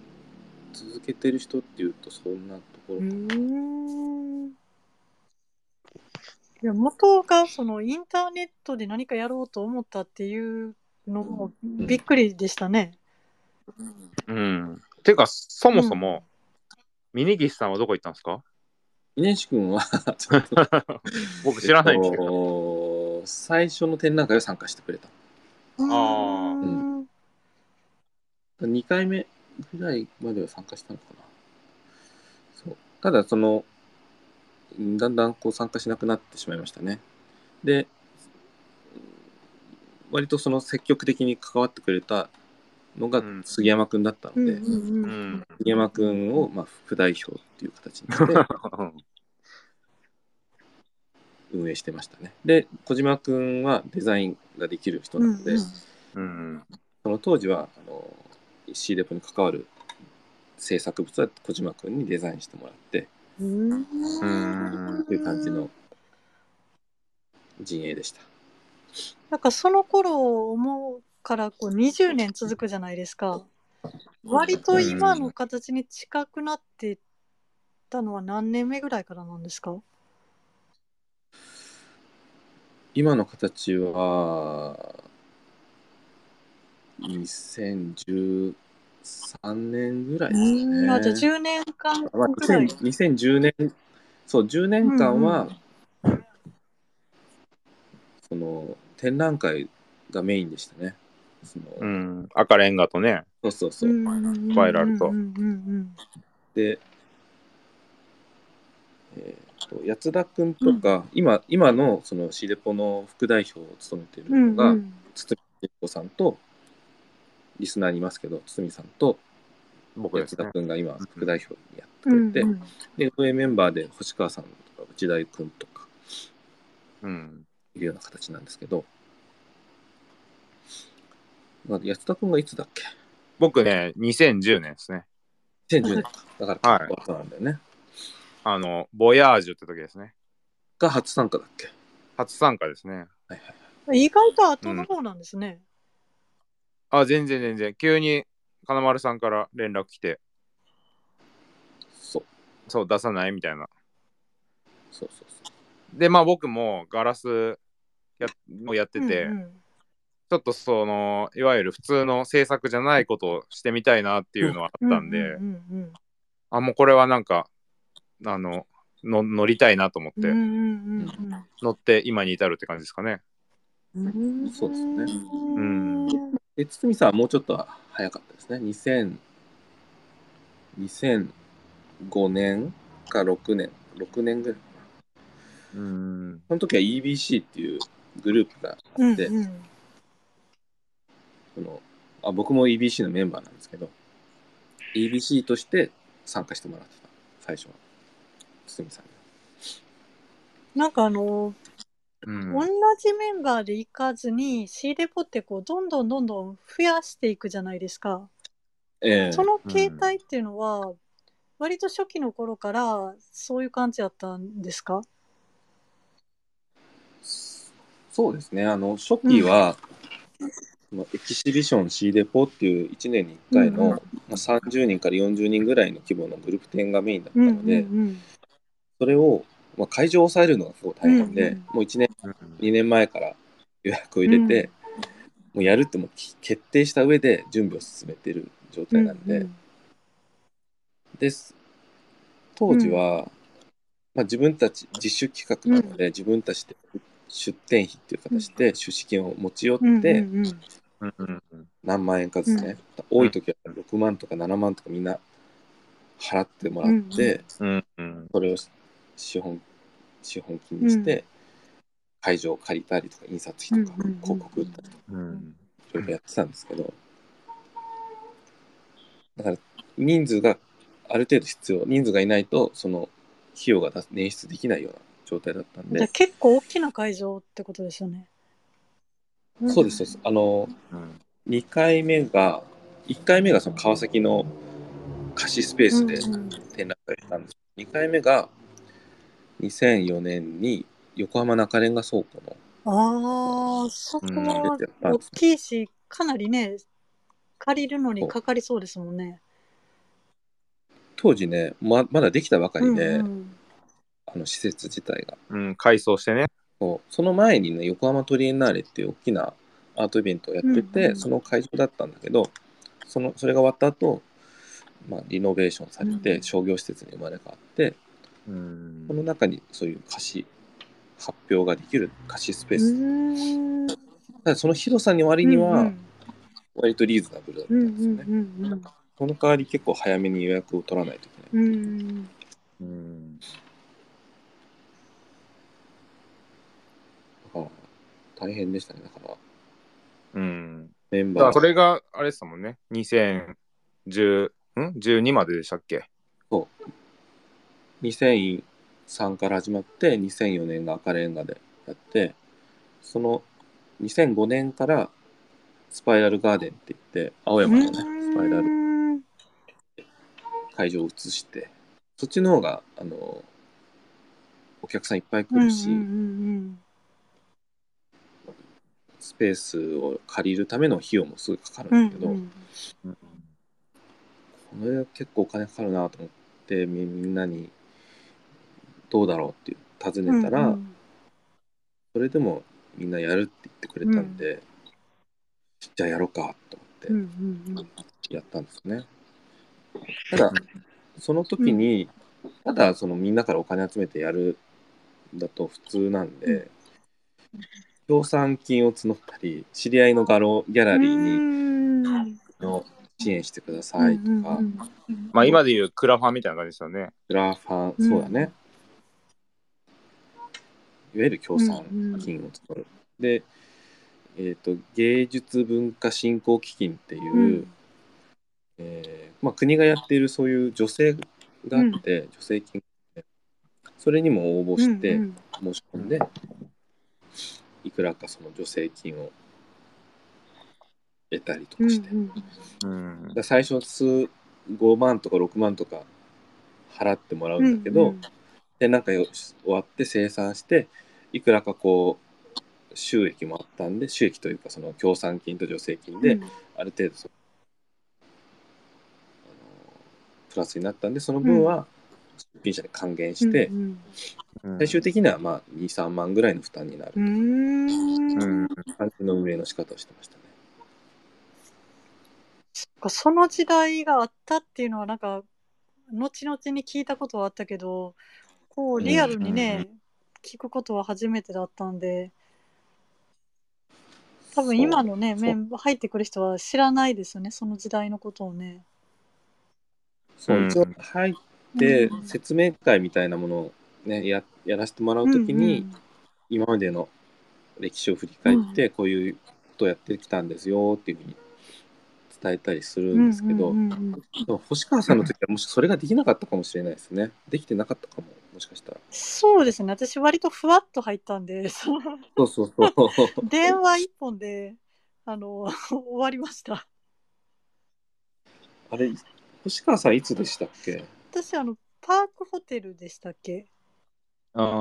続けてる人っていうと、そんなところ、
うーんいや元がそのインターネットで何かやろうと思ったっていうのもびっくりでしたね。
うんていうかそもそも峯岸さんはどこ行ったんですか
峰岸君はちょっと、
僕 知らないんですけ
えっ
ど
と最初の展覧会を参加してくれた。
うん、
あ
う
ー
ん
2回目ぐらいまでは参加したのかな。そうただ、その、うんだんだんこう参加しなくなってしまいましたね。で、割とその積極的に関わってくれたのが
うん
杉山くんだったので、
うんう
うんん
杉山くんをまあ副代表っていう形 にして運営してましたね。で、小島くんはデザインができる人なので、
うんうん
うん
その当時はあの C デポに関わる制作物は小島くんにデザインしてもらって
うん
っていう感じの陣営でした。
なんかその頃を思うからこう20年続くじゃないですか割と今の形に近くなってたのは何年目ぐらいからなんですか
今の形は2013年ぐらいですかね。
うんあじゃあ10年間
まあ、
ぐらい
2000 2010年そう10年間は、
うんうん
その展覧会がメインでしたねその、
うん赤レンガとね
そうそうそう、
んんんんん
バイラルと
うんうんうん
でえーと八田君とか、今今のそのシデポの副代表を務めているのが、
うん
堤健吾さんとリスナーにいますけど堤さんと
僕で
八
す
田
ね。
君が今副代表にやって
う
くれ
ん
て、で運営メンバーで星川さんとか内田君とか
うん。
いるような形なんですけど、まあ、八田君がいつだっけ
僕ね、2010年ですね。
2010年かだから
はい
若なんだよね、
あの、ボヤージュって時ですね。
が初参加だっけ
初参加ですね。
うん意外と後の方なんですね。
あ、全然全然。急に金丸さんから連絡来て、
そう
そう、出さないみたいな。
そうそうそう
で、まあ僕もガラスやをやってて、
うんうん
ちょっとその、いわゆる普通の制作じゃないことをしてみたいなっていうのはあったんで、
ううん
あ、もうこれはなんか、あの、の乗りたいなと思っ
うん
て、
うんうんうん
乗って今に至るって感じですかね。
うんうん
そうですね
うん
で堤さんはもうちょっと早かったですね2000 2005年か6年6年ぐらい
うん。
その時は EBC っていうグループが
う
あ
ん
って、
うん
そのあ僕も EBC のメンバーなんですけど EBC として参加してもらってた最初は堤さんに
なんかあの、
うん
同じメンバーで行かずに C レポってこうどんどんどんどん増やしていくじゃないですか。
ええ
その形態っていうのは、割と初期の頃からそういう感じだったんですか
そうですねあの初期は、そのエキシビション C デポっていう1年に1回の、
うんうん
まあ、30人から40人ぐらいの規模のグループ展がメインだった
うん
の
うん
で、
うん
それを、まあ、会場を抑えるのがすごい大変で、
うんうん
もう1年
うん
2年前から予約を入れて、
うん
もうやるってもうき決定した上で準備を進めてる状態なんで、
うん
です当時は、まあ、自分たち自主企画なので、自分たちで出店費っていう形で出資金を持ち寄って、
うんうんうん
うんうんうん
何万円かですね、多い時は6万とか7万とかみんな払ってもらって、
う
うんうん
それを資本資本金にして、会場を借りたりとか印刷費とか、
うんうんうん
広告売ったりとか
うん
いろいろやってたんですけどだから人数がある程度必要人数がいないとその費用が出す捻出できないような状態だったん
じゃあ
で、
結構大きな会場ってことですよね。
そうですそうですあの
うん
2回目が1回目がその川崎の貸しスペースで
うんうん
展覧会をしたんです2回目が2004年に横浜中レンガ倉庫の
ああ、そこは
でやったん
大
です
きいし、かなりね、借りるのにかかりそうですもんね。
当時ねままだできたばかりで、
うんうん
あの施設自体が
うん改装してね。
そうその前にね横浜トリエンナーレっていう大きなアートイベントをやってて、
うんうん
その会場だったんだけどそのそれが終わった後、まあリノベーションされ
うんう
て
ん
商業施設に生まれ変わって、
うん
この中にそういう貸し発表ができる貸しスペー
う
ス、
ん
ただその広さに割に
う
は
ん
割とリーズナブルだった
うんん
ですよね、
うん
その代わり結構早めに予約を取らないといけない。
うんうん
うん
だから大変でしたね。だから
うん
メン
だ
バ
から
ー
それがあれですもんね。2010ん12まででしたっけ
2003から始まって2004年が赤レンガでやってその2005年からスパイラルガーデンって言って青山のねスパイラル
ル。
会場を移してそっちの方があのお客さんいっぱい来るし、
うんうん
スペースを借りるための費用もすぐかか
う
る
ん
んだけど、
うん
うん
これ結構お金かかるなと思ってみみんなにどうだろうっていう尋
うん
ねたら、
うん
それでもみんなやるって言ってくれたんで、じゃあやろうかと
うんう
思っ
ん
てやったんですね。ただその時に、ただそのみんなからお金集めてやるんだと普通なんで、協賛金を募ったり知り合いの画廊ギャラリーにの支援してくださいとか、
うんうんうん
まあ今でいうクラファンみたいな感じですよね。
クラファン、
うん
そうだねいわゆる協賛金を作る。で、えーと、芸術文化振興基金っていう、
うん
えーまあ、国がやっているそういう助成があって、助成金があってそれにも応募して、
うんうん
申し込んで、いくらかその助成金を得たりとかして、
うんうん
だか
うん
ら最初数5万とか6万とか払ってもらうんだけど、
うん
でなんかよし終わって生産していくらかこう収益もあったんで収益というかその協賛金と助成金で、
うん
ある程度そのあのプラスになったんでその分は出品者に還元して、
うん
うん
最終的にはまあ23万ぐらいの負担になる
うーん
うん
感じの運営の仕方をしてましたね。
その時代があったっていうのはなんか後々に聞いたことはあったけどこうリアルに
うん
ね、聞くことは初めてだったんで多分今のね
そう
メンバー入ってくる人は知らないですよねその時代のことをね。
そう、
うん
一応入って
うん
説明会みたいなものをね、ややらせてもらうときに、
うん
今までの歴史を振り返って、こういうことをやってきたんですよっていうふうに伝えたりする
うん
んですけど、
うんうんうん
でも星川さんの時はもしそれができなかったかもしれないですね。できてなかったかも、もしかしたら。
そうですね私割とふわっと入ったんで その
そうそうそう。
電話一本であの 終わりました。
あれ、星川さんいつでしたっけ
私あのパークホテルでしたっけ
あ
あ
ー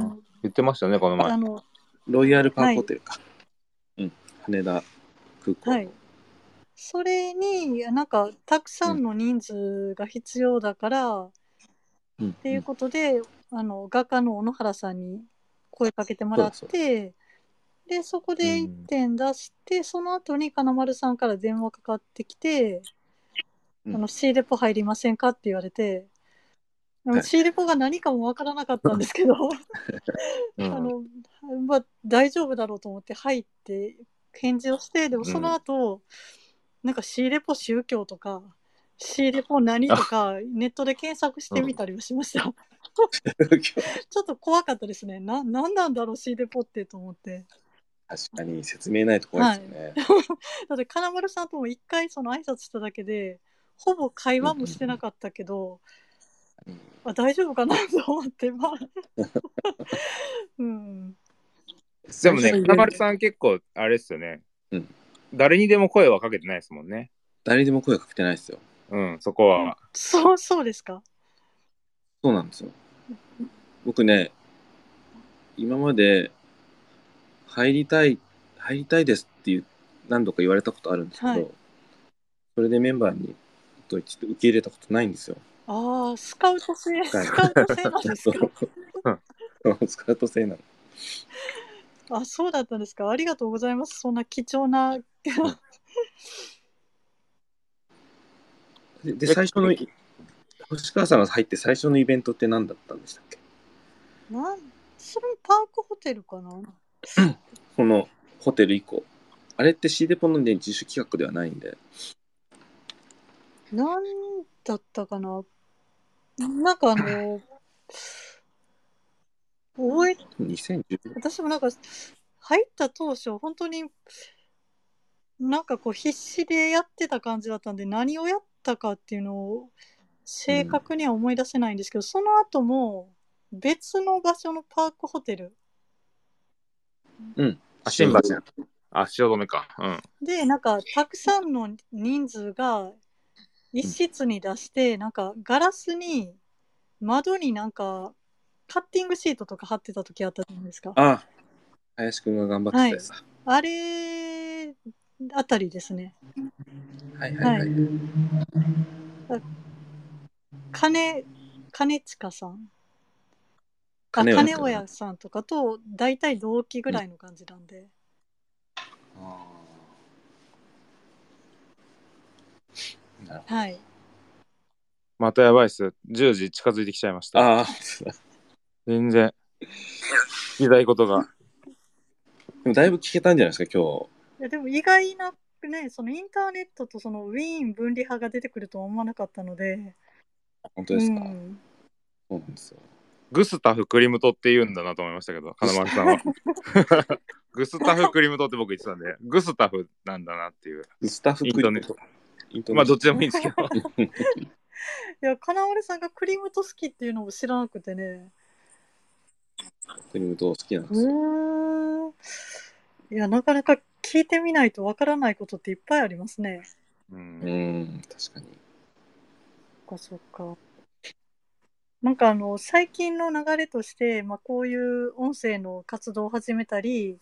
の
言ってましたねこの
あ
前
の
ロイヤルパークホテルか。うん、羽田空港。
はいそれになんかたくさんの人数が必要だから、っ
うん、って
いうことで、あの画家の小野原さんに声かけてもらっ
そう
てでそこで
うん
1点出して、その後に金丸さんから電話かかってきて「
うん
あの C レポ入りませんか?」って言われて。あの
はい
C レポが何かもわからなかったんですけ ど
う
あ
ん
のまあ大丈夫だろうと思って入って返事をしてでも
うん
その後、なんか C レポ宗教とか C レポ何とかネットで検索してみたりもしました、ちょっと怖かったですねな何なんだろう C レポってと思って
確かに説明ないと怖いですよね。
だって金丸さんとも一回その挨拶しただけでほぼ会話もしてなかったけど、
うん
あ大丈夫かなと思っ てまあうん
でもね
最初
金丸さん結構あれっすよね、
うん
誰にでも声はかけてないですもんね
誰でも声かけてないですよ。
うんそこは、
そうそうですか
そうなんですよ。僕ね、今まで入りたい、入りたいですっていう何度か言われたことあるんですけど、
はい
それでメンバーにと言って受け入れたことないんですよ。
ああ、スカウト制、
はい
スカウト制なんですか。
スカウト制なの。
あ、そうだったんですか。ありがとうございます。そんな貴重な。
で、で最初の、星川さんが入って最初のイベントって何だったんでしたっけ
なん、それもパークホテルかな。
このホテル以降。あれって C デポの、ね、自主企画ではないんで、
なんだったかな。なんかあの。覚え、
2010
私もなんか。入った当初、本当に。なんかこう必死でやってた感じだったんで、何をやったかっていうのを。正確には思い出せないんですけど、その後も。別の場所のパークホテル。
あ新橋あ汐留かうん
でなんかたくさんの人数が一室に出して、なんかガラスに窓になんかカッティングシートとか貼ってた時あったじゃないですかあ
ああ、林くんが頑張ってたやつだ。
れあたりですね
はいはいはい。
金金近さんあ
金親
金
さん
親さんとかと大体同期ぐらいの感じなんで、
あーなるほ
はい
またやばいっす10時近づいてきちゃいまし
ど
た
あー
全然聞きたいことが
でもだいぶ聞けたんじゃないですか、今
いやでも意外なねそのインターネットとそのウィーン分離派が出てくるとは思わなかったので
日。本当ですか。
うん
そうなんですよ。
グスタフクリムトって言うんだなと思いましたけど、金丸さん は。グスタフクリムトって僕言ってたんで、グスタフなんだなっていう。
スタッフ
イントネーショ
イントネー
まあ、
ショ
ど
ン
っちでもいいんです けど。
いや、金丸さんがクリームと好きっていうのも知らなくてね。
クリムト好きなんですよ。
うーん。いや、なかなか聞いてみないとわからないことっていっぱいありますね。
う。
うんん、確かに。
そっか、そっか。なんかあの、最近の流れとして、まあ、こういう音声の活動を始めたり、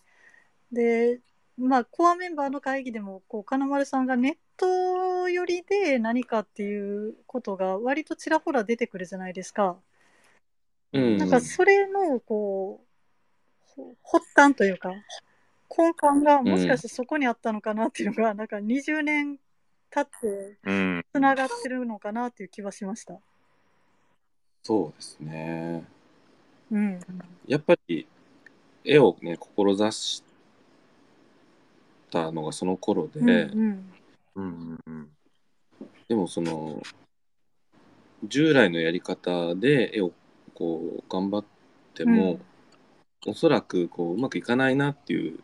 で、まあ、コアメンバーの会議でも、こう、金丸さんがネット寄りで何かっていうことが割とちらほら出てくるじゃないですか。
うん。
なんかそれのこうほ発端というか根幹がもしかしてそこにあったのかなっていうのが、なんか20年経って
うん。
つながってるのかなっていう気はしました。
そうですね。
うん、
やっぱり絵をね、志したのがその頃で、
うんうん
うん。うん。
でもその従来のやり方で絵をこう頑張っても、おそらくこううまくいかないなっていう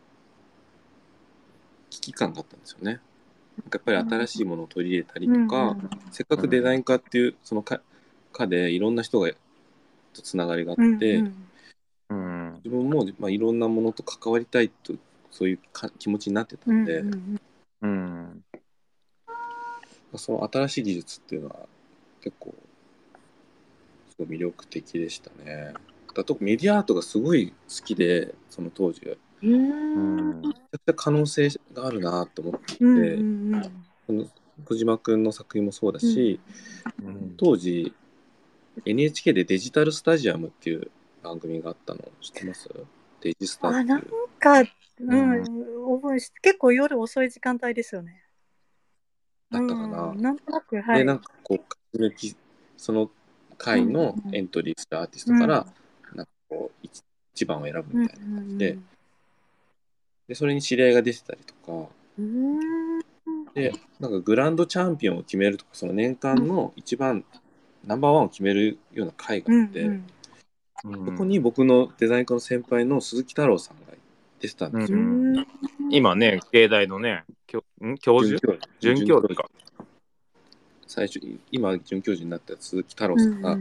危機感があったんですよね。なんかやっぱり新しいものを取り入れたりとか、せっかくデザイン科っていうその科科でいろんな人がとつながりがあ
うん
って、
うん
うん。
自分も、まあ、いろんなものと関わりたいとそういうか気持ちになってた
うんん
で、
うん
うん。
その新しい技術っていうのは結構すごい魅力的でしたね。だとメディアアートがすごい好きでその当時はめち
うん
ゃくちゃ可能性があるなと思って
うんうんうん
その小島君の作品もそうだし、
うん
当時 NHK でデジタルスタジアムっていう番組があったの知ってますデジスタってい
あな
う。
んなんか、うん、覚えし結構夜遅い時間帯ですよね。
だったかな
うん、なんとなく、はい。
でなんかこう勝ち抜きその回のエントリーしたアーティストから、なんかこう一一番を選ぶ
うん、
みたいな感じで,、でそれに知り合いが出てたりとか
うんうんうん
でなんかグランドチャンピオンを決めるとかその年間の一番、ナンバーワンを決めるような会があって、
うん
そこに僕のデザイン科の先輩の鈴木太郎さんが出てたんです
う
よ。
んうん、
今ね、芸大のね、教ん教授
教授
准教授か。
最初に今准教授になった鈴木太郎さんが、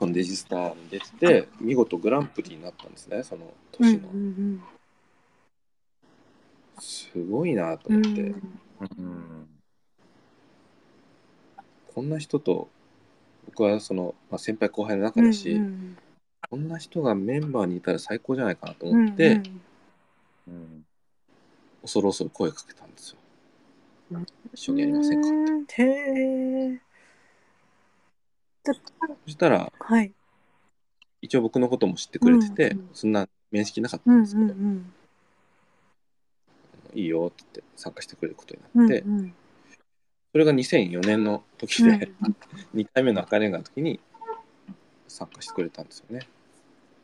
このデジスターに出てて見事グランプリになったんですねその年の。
うん
すごいなと
うんう
思
ん
って、
うん。
こんな人と僕はその、まあ、先輩後輩の中だし、
うん
こんな人がメンバーにいたら最高じゃないかなと
うん
思って、
うん
うん。
恐る恐る声かけたんですよ
うん。
一緒にやりませんかって。
うんへえ。だ
そしたら
はい。
一応僕のことも知ってくれてて、
うんうん
そんな面識なかった
うんん
です
う
けど、
ん
いいよって言って参加してくれることに
う
なっ
ん。
て、
うん
それが2004年の時
うん
で、2回目の赤レンガの時に参加してくれたんですよね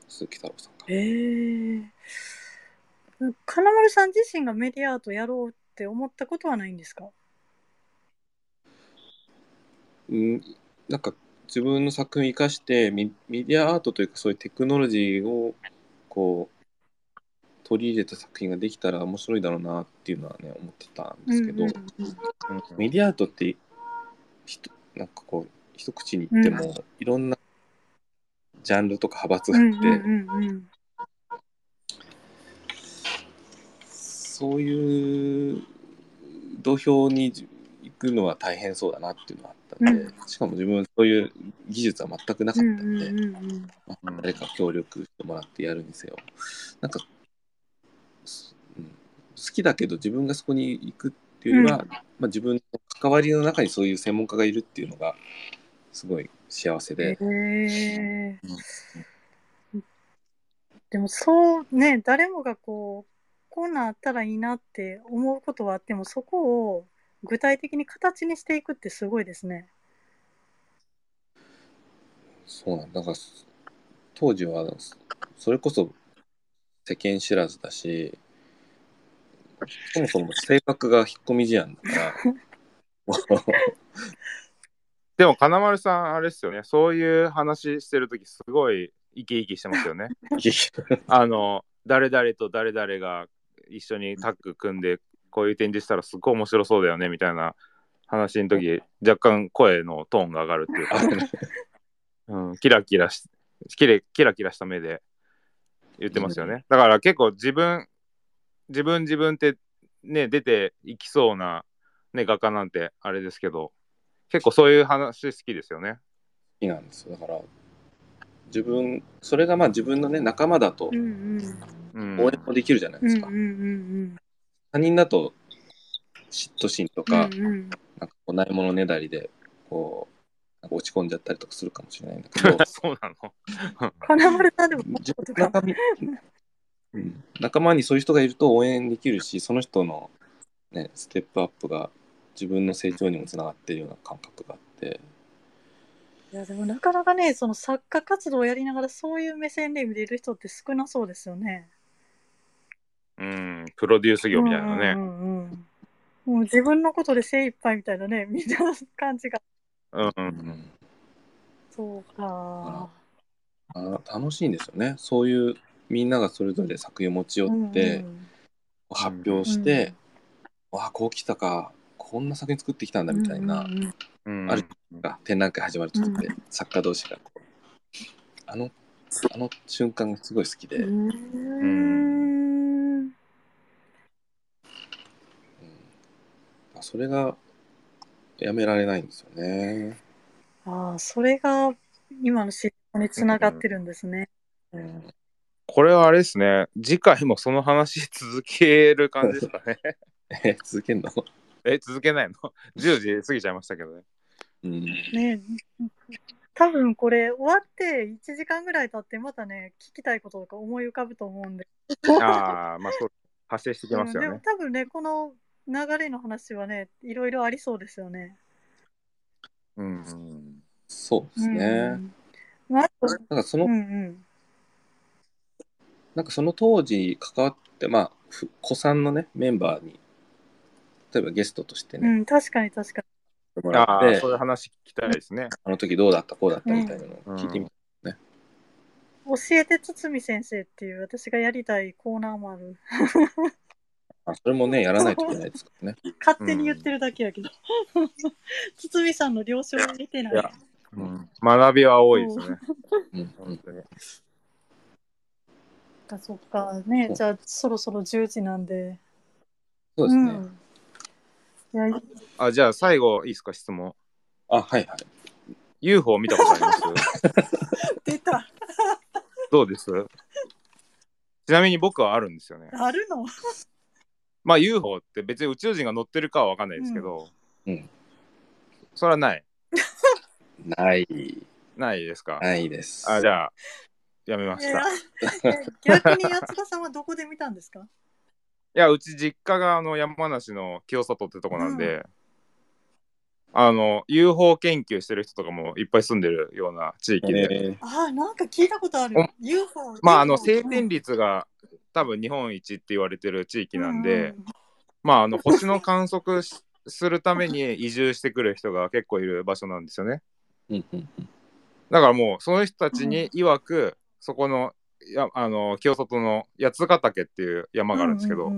鈴木太郎さんが。
へえ。金丸さん自身がメディアアートやろうって思ったことはないんですか
うん、なんか自分の作品を生かしてメメディアアートというかそういうテクノロジーをこう取り入れた作品ができたら面白いだろうなっていうのはね思ってたんですけど、
うんうん
メディアアートってひとなんかこう一口に言ってもいろんなジャンルとか派閥が
う
あっ
ん
て、
うんうんうん
そういう土俵に行くのは大変そうだなっていうのはあったんで、
う
しかも自分はそういう技術は全くなか
う
った
ん
んで。
うんうん
まあ誰か協力してもらってやるにせよなんか、すうん、好きだけど自分がそこに行くっていうよりは、
う
まあ、自分の関わりの中にそういう専門家がいるっていうのがすごい幸せで、
へえでもそうね誰もがこうこんなんあったらいいなって思うことはあってもそこを具体的に形にしていくってすごいですね。
そうなんだからす当時はそそれこそ世間知らずだしそもそも性格が引っ込み思案だから
でも金丸さんあれですよねそういう話してる時すごい生き生きしてますよね。
う
あの誰々と誰々が一緒にタッグ組んでこういう展示したらすっごい面白そうだよねみたいな話の時若干声のトーンが上がるって いうか、うん、キラキラしキレキラキラした目で言ってますよねだから結構自分自分自分ってね出ていきそうな、ね、画家なんてあれですけど結構そういう話好きですよね。
好きなんですよだから自分それがまあ自分のね仲間だと
うんうん
うん、
応援もできるじゃない
うん
で
う
す
ん
か、
うん
他人だと嫉妬心と
うん
か,、
うんう
な
ん
んかこうないものねだりでこうなんか落ち込んじゃったりとかするかもしれないんだけ ど
そうなの。
金丸さんでも
自分の仲間に、うん、仲間にそういう人がいると応援できるしその人の、ね、ステップアップが自分の成長にもつながっているような感覚があって
いやでもなかなかねその作家活動をやりながらそういう目線で見れる人って少なそうですよね。
うん、プロデュース業みたいな
う
ね。
んうんうんもう自分のことで精一杯みたいなねみんな感じが。
うん、う、
うんん
そうか。
あ楽しいんですよねそういうみんながそれぞれ作品を持ち寄って
うんうん
発表して、わあこう来たかこんな作品作ってきたんだみたいな、
うんうんうん
うん、
あるが展覧会始まるときって、
う
作家同士がこうあのあの瞬間がすごい好きで、う
う
ん
ーん
それがやめられないんですよね。
ああそれが今の仕事につながってるんですね。
うん
これはあれですね。次回もその話 続ける感じですかね。
え続けんの、
え、続けないの ?10 時過ぎちゃいました けどね。
うん、
ね多分これ終わって1時間ぐらい経ってまたね聞きたいこととか思い浮かぶと思うんで、
ああ、まあそう、発生してきます
うんで
よ
も
ね。
多分ねこの流れの話はねいろいろありそうですよね。
うん、うん
そうですね。
うんまあ、あと
なんかそうの、
んうん
なんかその当時関わってまあふ子さんのねメンバーに例えばゲストとして
う
ね、
ん、確かに確か
来てもら
あ
って
あ、そういう話聞きたいですね。
あの時どうだったこうだったみたいなのを聞いてみた、
に。教えて堤先生っていう私がやりたいコーナーもある。
あそれもねやらないといけないですからね。
勝手に言ってるだけやけど。堤さんの了承を得てない。
いやうん、学びは多いですね。
うんう
本
ん
当に
あそっかね
そう
じゃあそろそろ10時なんで。
そうですね。
うんいや
あ、じゃあ最後いいですか、質問。
あはいはい。
UFO 見たことあり ます
出た
どうですちなみに僕はあるんですよね。
あるの
まあ UFO って別に宇宙人が乗ってるかは分かんないですけど、
うんうん
それはない
ない
ないですか、
ないです。
あじゃあやめま
い
し
や
たい
逆に八田さんはどこで見たんですか
やうち実家があの山梨の清里ってとこなんで、あの UFO 研究してる人とかもいっぱい住んでるような地域で、
えー
あなんか聞いたことある
お
UFO
まああの晴天
理
率が多分日本一って言われてる地域なんで、まああの星の観測しするために移住してくる人が結構いる場所なんですよね。
うんうんうん
だからもうその人たちに曰く、そこのやあの清里の八ヶ岳っていう山があるんですけど、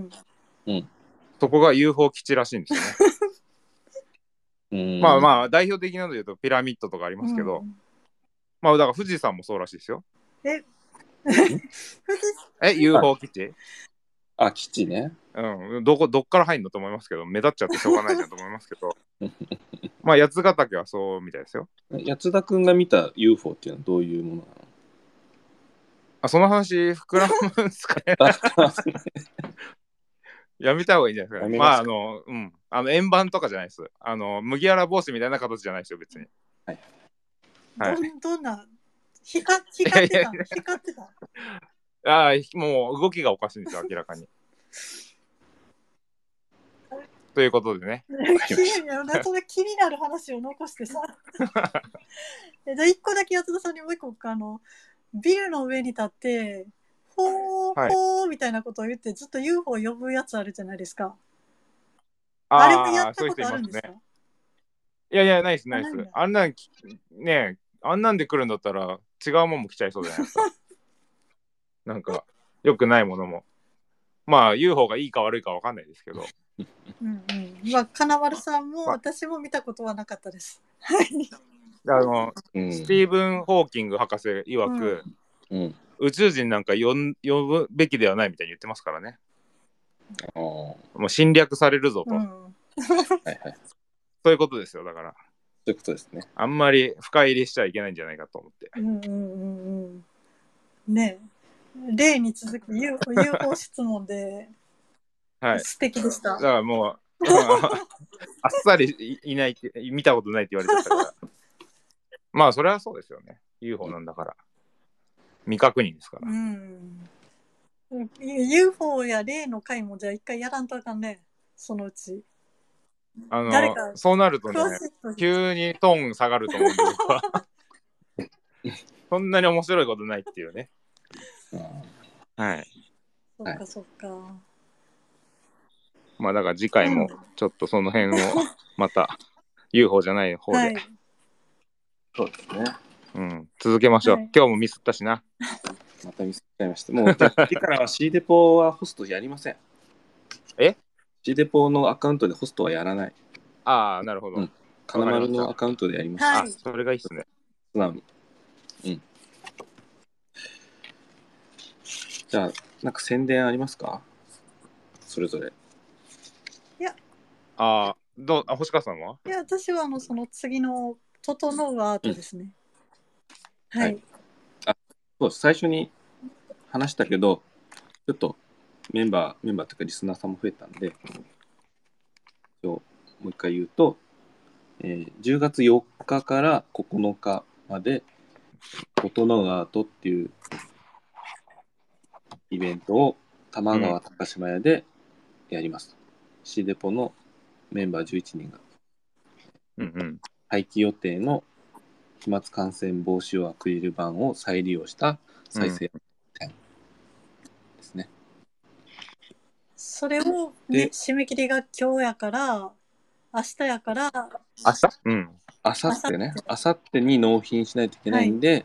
そこが UFO 基地らしいんですよね。
うん
まあ
あ。
まあ代表的なので言うとピラミッドとかありますけど、まあだから富士山もそうらしいですよ。 え UFO 基地
あ、基地ね。
うん、どこどっから入んのと思いますけど目立っちゃってしょうがないじゃんと思います けどまあ八ヶ岳はそうみたいですよ
安田君が見た UFO っていうのはどういうもの
あその話膨らむんですかね
なの
やめた方がいいんじゃないですか、
や
ね、
め
ま
ま
あ
す
あ
か
のうんあの円盤とかじゃないですあの麦わら帽子みたいな形じゃないですよ別にはい
どどんな光光ってたの光ってた
ああ、もう動きがおかしいんですよ、明らか に。ということでね。
いやそれ気になる話を残し てさえじゃあ一個だけ安田さんにもう一個あのビルの上に立って「ほー
はい
ほー」みたいなことを言ってずっと UFO 呼ぶやつあるじゃないですか、
あ
あれもやった
そういう
こ
人
とある
い
ん
ま
ですす
ね。
か
いやいや、ないです、ないで
あない
す
んだ。
あんなんき、ねえあんなんで来るんだったら、違うもんも来ちゃいそうじゃないですか。 なんか、良くないものも。まあ、言う方がいいか悪いかわかんないですけど。
うんうん。まあ、金丸さんも私も見たことはなかったです。はい。
であの、
うん
スティーブン・ホーキング博士曰く、
うん
宇宙人なんか呼ん呼ぶべきではないみたいに言ってますからね。
あーは
もう侵略されるぞと。
うん。
いはいそう
そういうことですよ、だから。
いうことですね
あんまり深入りしちゃいけないんじゃないかと思って。
うんうんうんうん。ねえ。例に続き UFO, UFO 質問で
はい。
素敵でした。
だからもう、 あっさりいいないって、見たことないって言われてたから。まあ、それはそうですよね。UFO なんだから。未確認ですから。
うん。UFO や例の回もじゃあ一回やらんとあかんね。そのうち。
あ
誰か
の、そうなるとね
詳、しい人
急にトーン下がると思うんです僕はそんなに面白いことないっていうね。
うん
はい。
そ
は
っ
い
かそっか。
まあ、だから次回も、ちょっとその辺を、また、UFO じゃない方で、
はい。
そうですね
うん、続けましょう。
はい
今日もミスったしな。
またミスっちゃいましたもうじゃあ次からは C デポはホストやりません
え
C デポのアカウントでホストはやらない
ああ、なるほど。
うん金丸のアカウントでやります
は
あ
い、。
それがいいっすね。
津波うんじゃあなんか宣伝ありますかそれぞれ
ああ、どう、あ、星川さんはい
や、私はあの、その次の、整うアートですね。
うん
はい。
そう最初に話したけどちょっとメンバーメンバーというかリスナーさんも増えたんで一応もう一回言うと、えー10月4日から9日まで「整うアート」っていうイベントを玉川高島屋でやります、シーデポのメンバー11人が
うんうん。
廃棄予定の飛沫感染防止用アクリル板を再利用した再生展ですね。
それを、ね
で、
締め切りが今日やから、明日やから、
明日うん。
あさってね、あさってに納品しないといけないんで、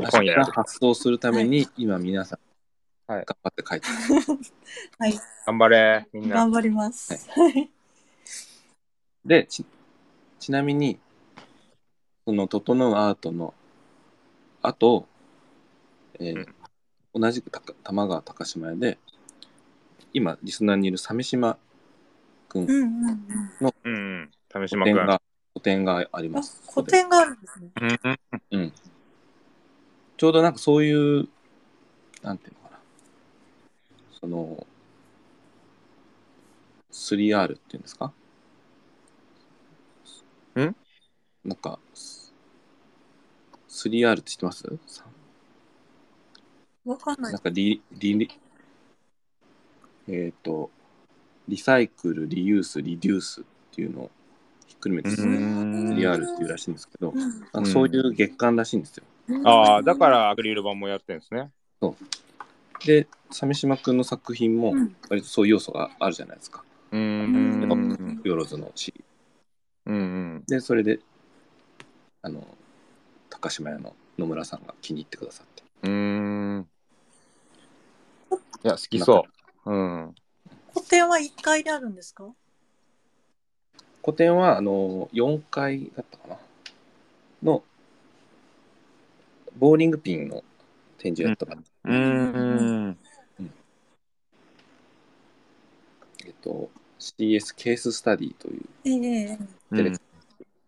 い
明日発送するために今皆さん頑
はい
張って書いてます。
はい、
頑張れ、みんな。
頑張ります。はい。
でち、ちなみに、その整うアートの後、えー同じくたか玉川高島屋で、今リスナーにいる鮫島くん
うんうんうん。
うんうん。試し
個
まく
展
ん。
が、個展がありま
あ
す。、
古典があるんですね。
うんうん。
ちょうどなんかそういう、なんていうのかな。その、3R っていうんですか
ん
なんか、す 3R って知ってますさ
わかん
な
な
いん。かリ、リ、リえっ、と、リサイクル、リユース、リデュースっていうのをひっくるめて
うーん
3R っていうらしいんですけど、
うん
なんかそういう月間らしいんですよ。
ああ、だか。らアクリル板もやってるんですね。
で、鮫島くんの作品も、
うん
割とそういう要素があるじゃないですか。
うんうんうん。
よろずの地。
うんうん。
で、それで、あの、高島屋の野村さんが気に入ってくださって。
うん。いや、好きそう。うん。
古典は1階であるんですか
個展は、あの、4階だったかなの、ボーリングピンの展示やったから、
うん。
えっと、CS ケーススタディという、
ええ
セレク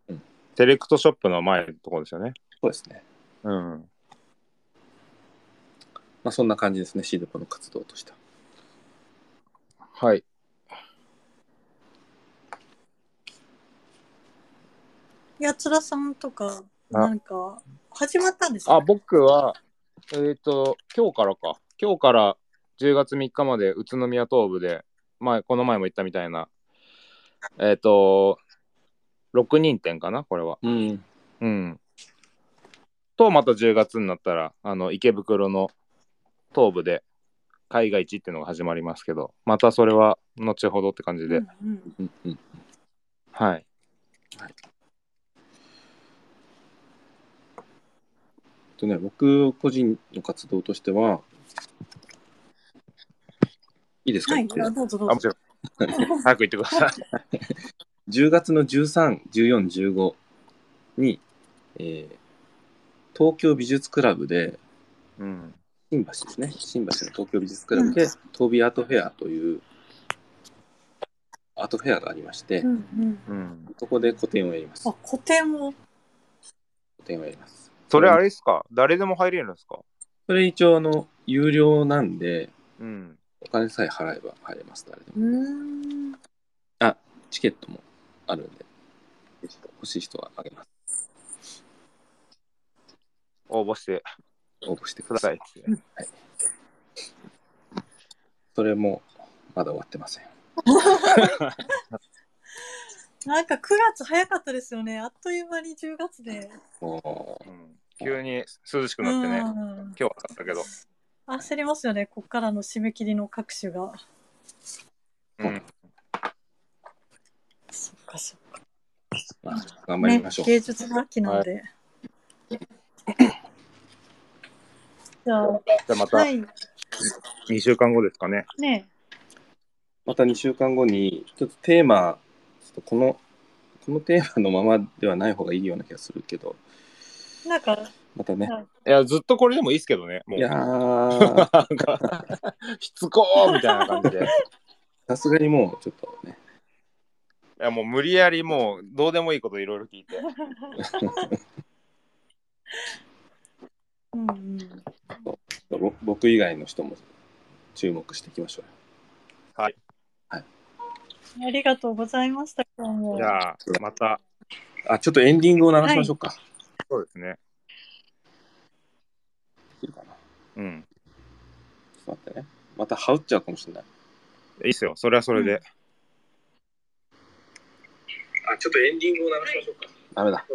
うんセレクトショップの前のところですよね。
そうですね。
うん。
まあ、そんな感じですね、シードコの活動としては。
はい。
やつらさんとか、
あ
なんか、始まったんですか
あ、僕は、えっ、と、今日からか。今日から10月3日まで宇都宮東部で、前、この前も言ったみたいな、えっ、と、6人展かな、これは。
うん。
うん。と、また10月になったら、あの、池袋の東部で、海外地っていうのが始まりますけど、またそれは後ほどって感じで、
うんうん
うんうん。
はい。
とね、僕個人の活動としては、いいですか、
はい、
言
あ
って
どうぞど
あ
う
も
ぞ
ち。 ろん早く言ってください
10月の13、14、15に、えー東京美術クラブで、
うん
新橋ですね。新橋の東京美術クラブで、東美アートフェアというアートフェアがありまして、
うんうん。
うん
そこで個展をやります。
あ
個、
古典も。
展をやります。
それあれですか誰でも入れるんですか
それ一応、あの、有料なんで、
うん
お金さえ払えば入れます、誰でも。
うーん。
チケットもあるんで、欲しい人はあげます。
応募して
応募してく
く
だ
だ
さ
さ
い。
いって
それも、まだ終わってません。
なんか9月早かったですよね。あっという間に10月で。
もう
うん急に涼しく
う
なってね今
ん。
日はだったけど
焦りますよね。こっからの締め切りの各種が。
うん
そっかそっか。
まあ、頑張りましょう。
ね、芸術の秋なんで。じゃあ、
じゃあまた
はい。
2週間後ですかね
ね。
また2週間後に、ちょっとテーマ、ちょっとこの、このテーマのままではない方がいいような気がするけど、
なんか、
またね。
いやずっとこれでもいいですけどねもう
いや ー、
なんか しつこーみたいな感じで
さすがにもうちょっとね、
いやもう無理やりもうどうでもいいこといろいろ聞いて
うんうん。
ぼ僕以外の人も注目していきましょうよ。
ありがとうございました。今日も
じゃあまた
あ、ちょっとエンディングを流しましょうか。
そうですね
い、いかな。ちょ
うん
っと待ってね。また羽打っちゃうかもしれない。
いいっすよそれはそれで、
あ、ちょっとエンディングを流しましょうか。ダメだ。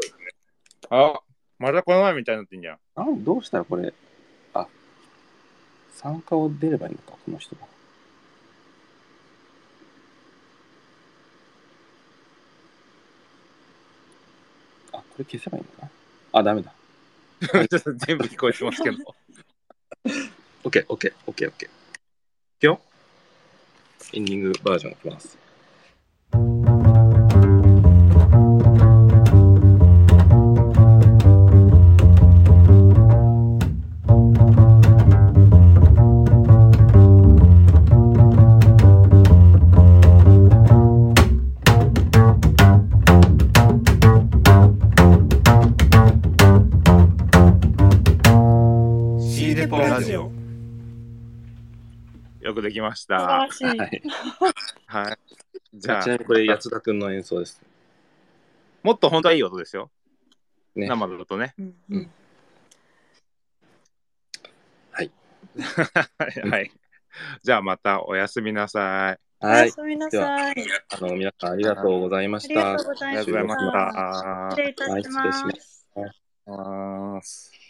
あまたこの前みたいになってんじゃ ん
なんどうしたらこれ、あ、参加を出ればいいのか、この人が。あ、これ消せばいいのかな。あ、ダメだ。
ちょっと全部聞こえてますけど
OK、OK、OK、OK。いくよ。エンディングバージョンいきます。
シーデポラジオ
よくできまし
素晴
た
らしい。
はい。
はいじゃあ
ちなみにこれ、八田君の演奏です。
もっと本当はいい音ですよ、
ね
生の 音ね
うんうん
はいじゃあまたおやすみなさい
お
は
や
い。
すみなさい。
あの、皆さんありがとうございました。
ありがとうござ
あ
い
り
ま
が
し
とうございました
失礼いたし
はい
ま。
失礼します
あーす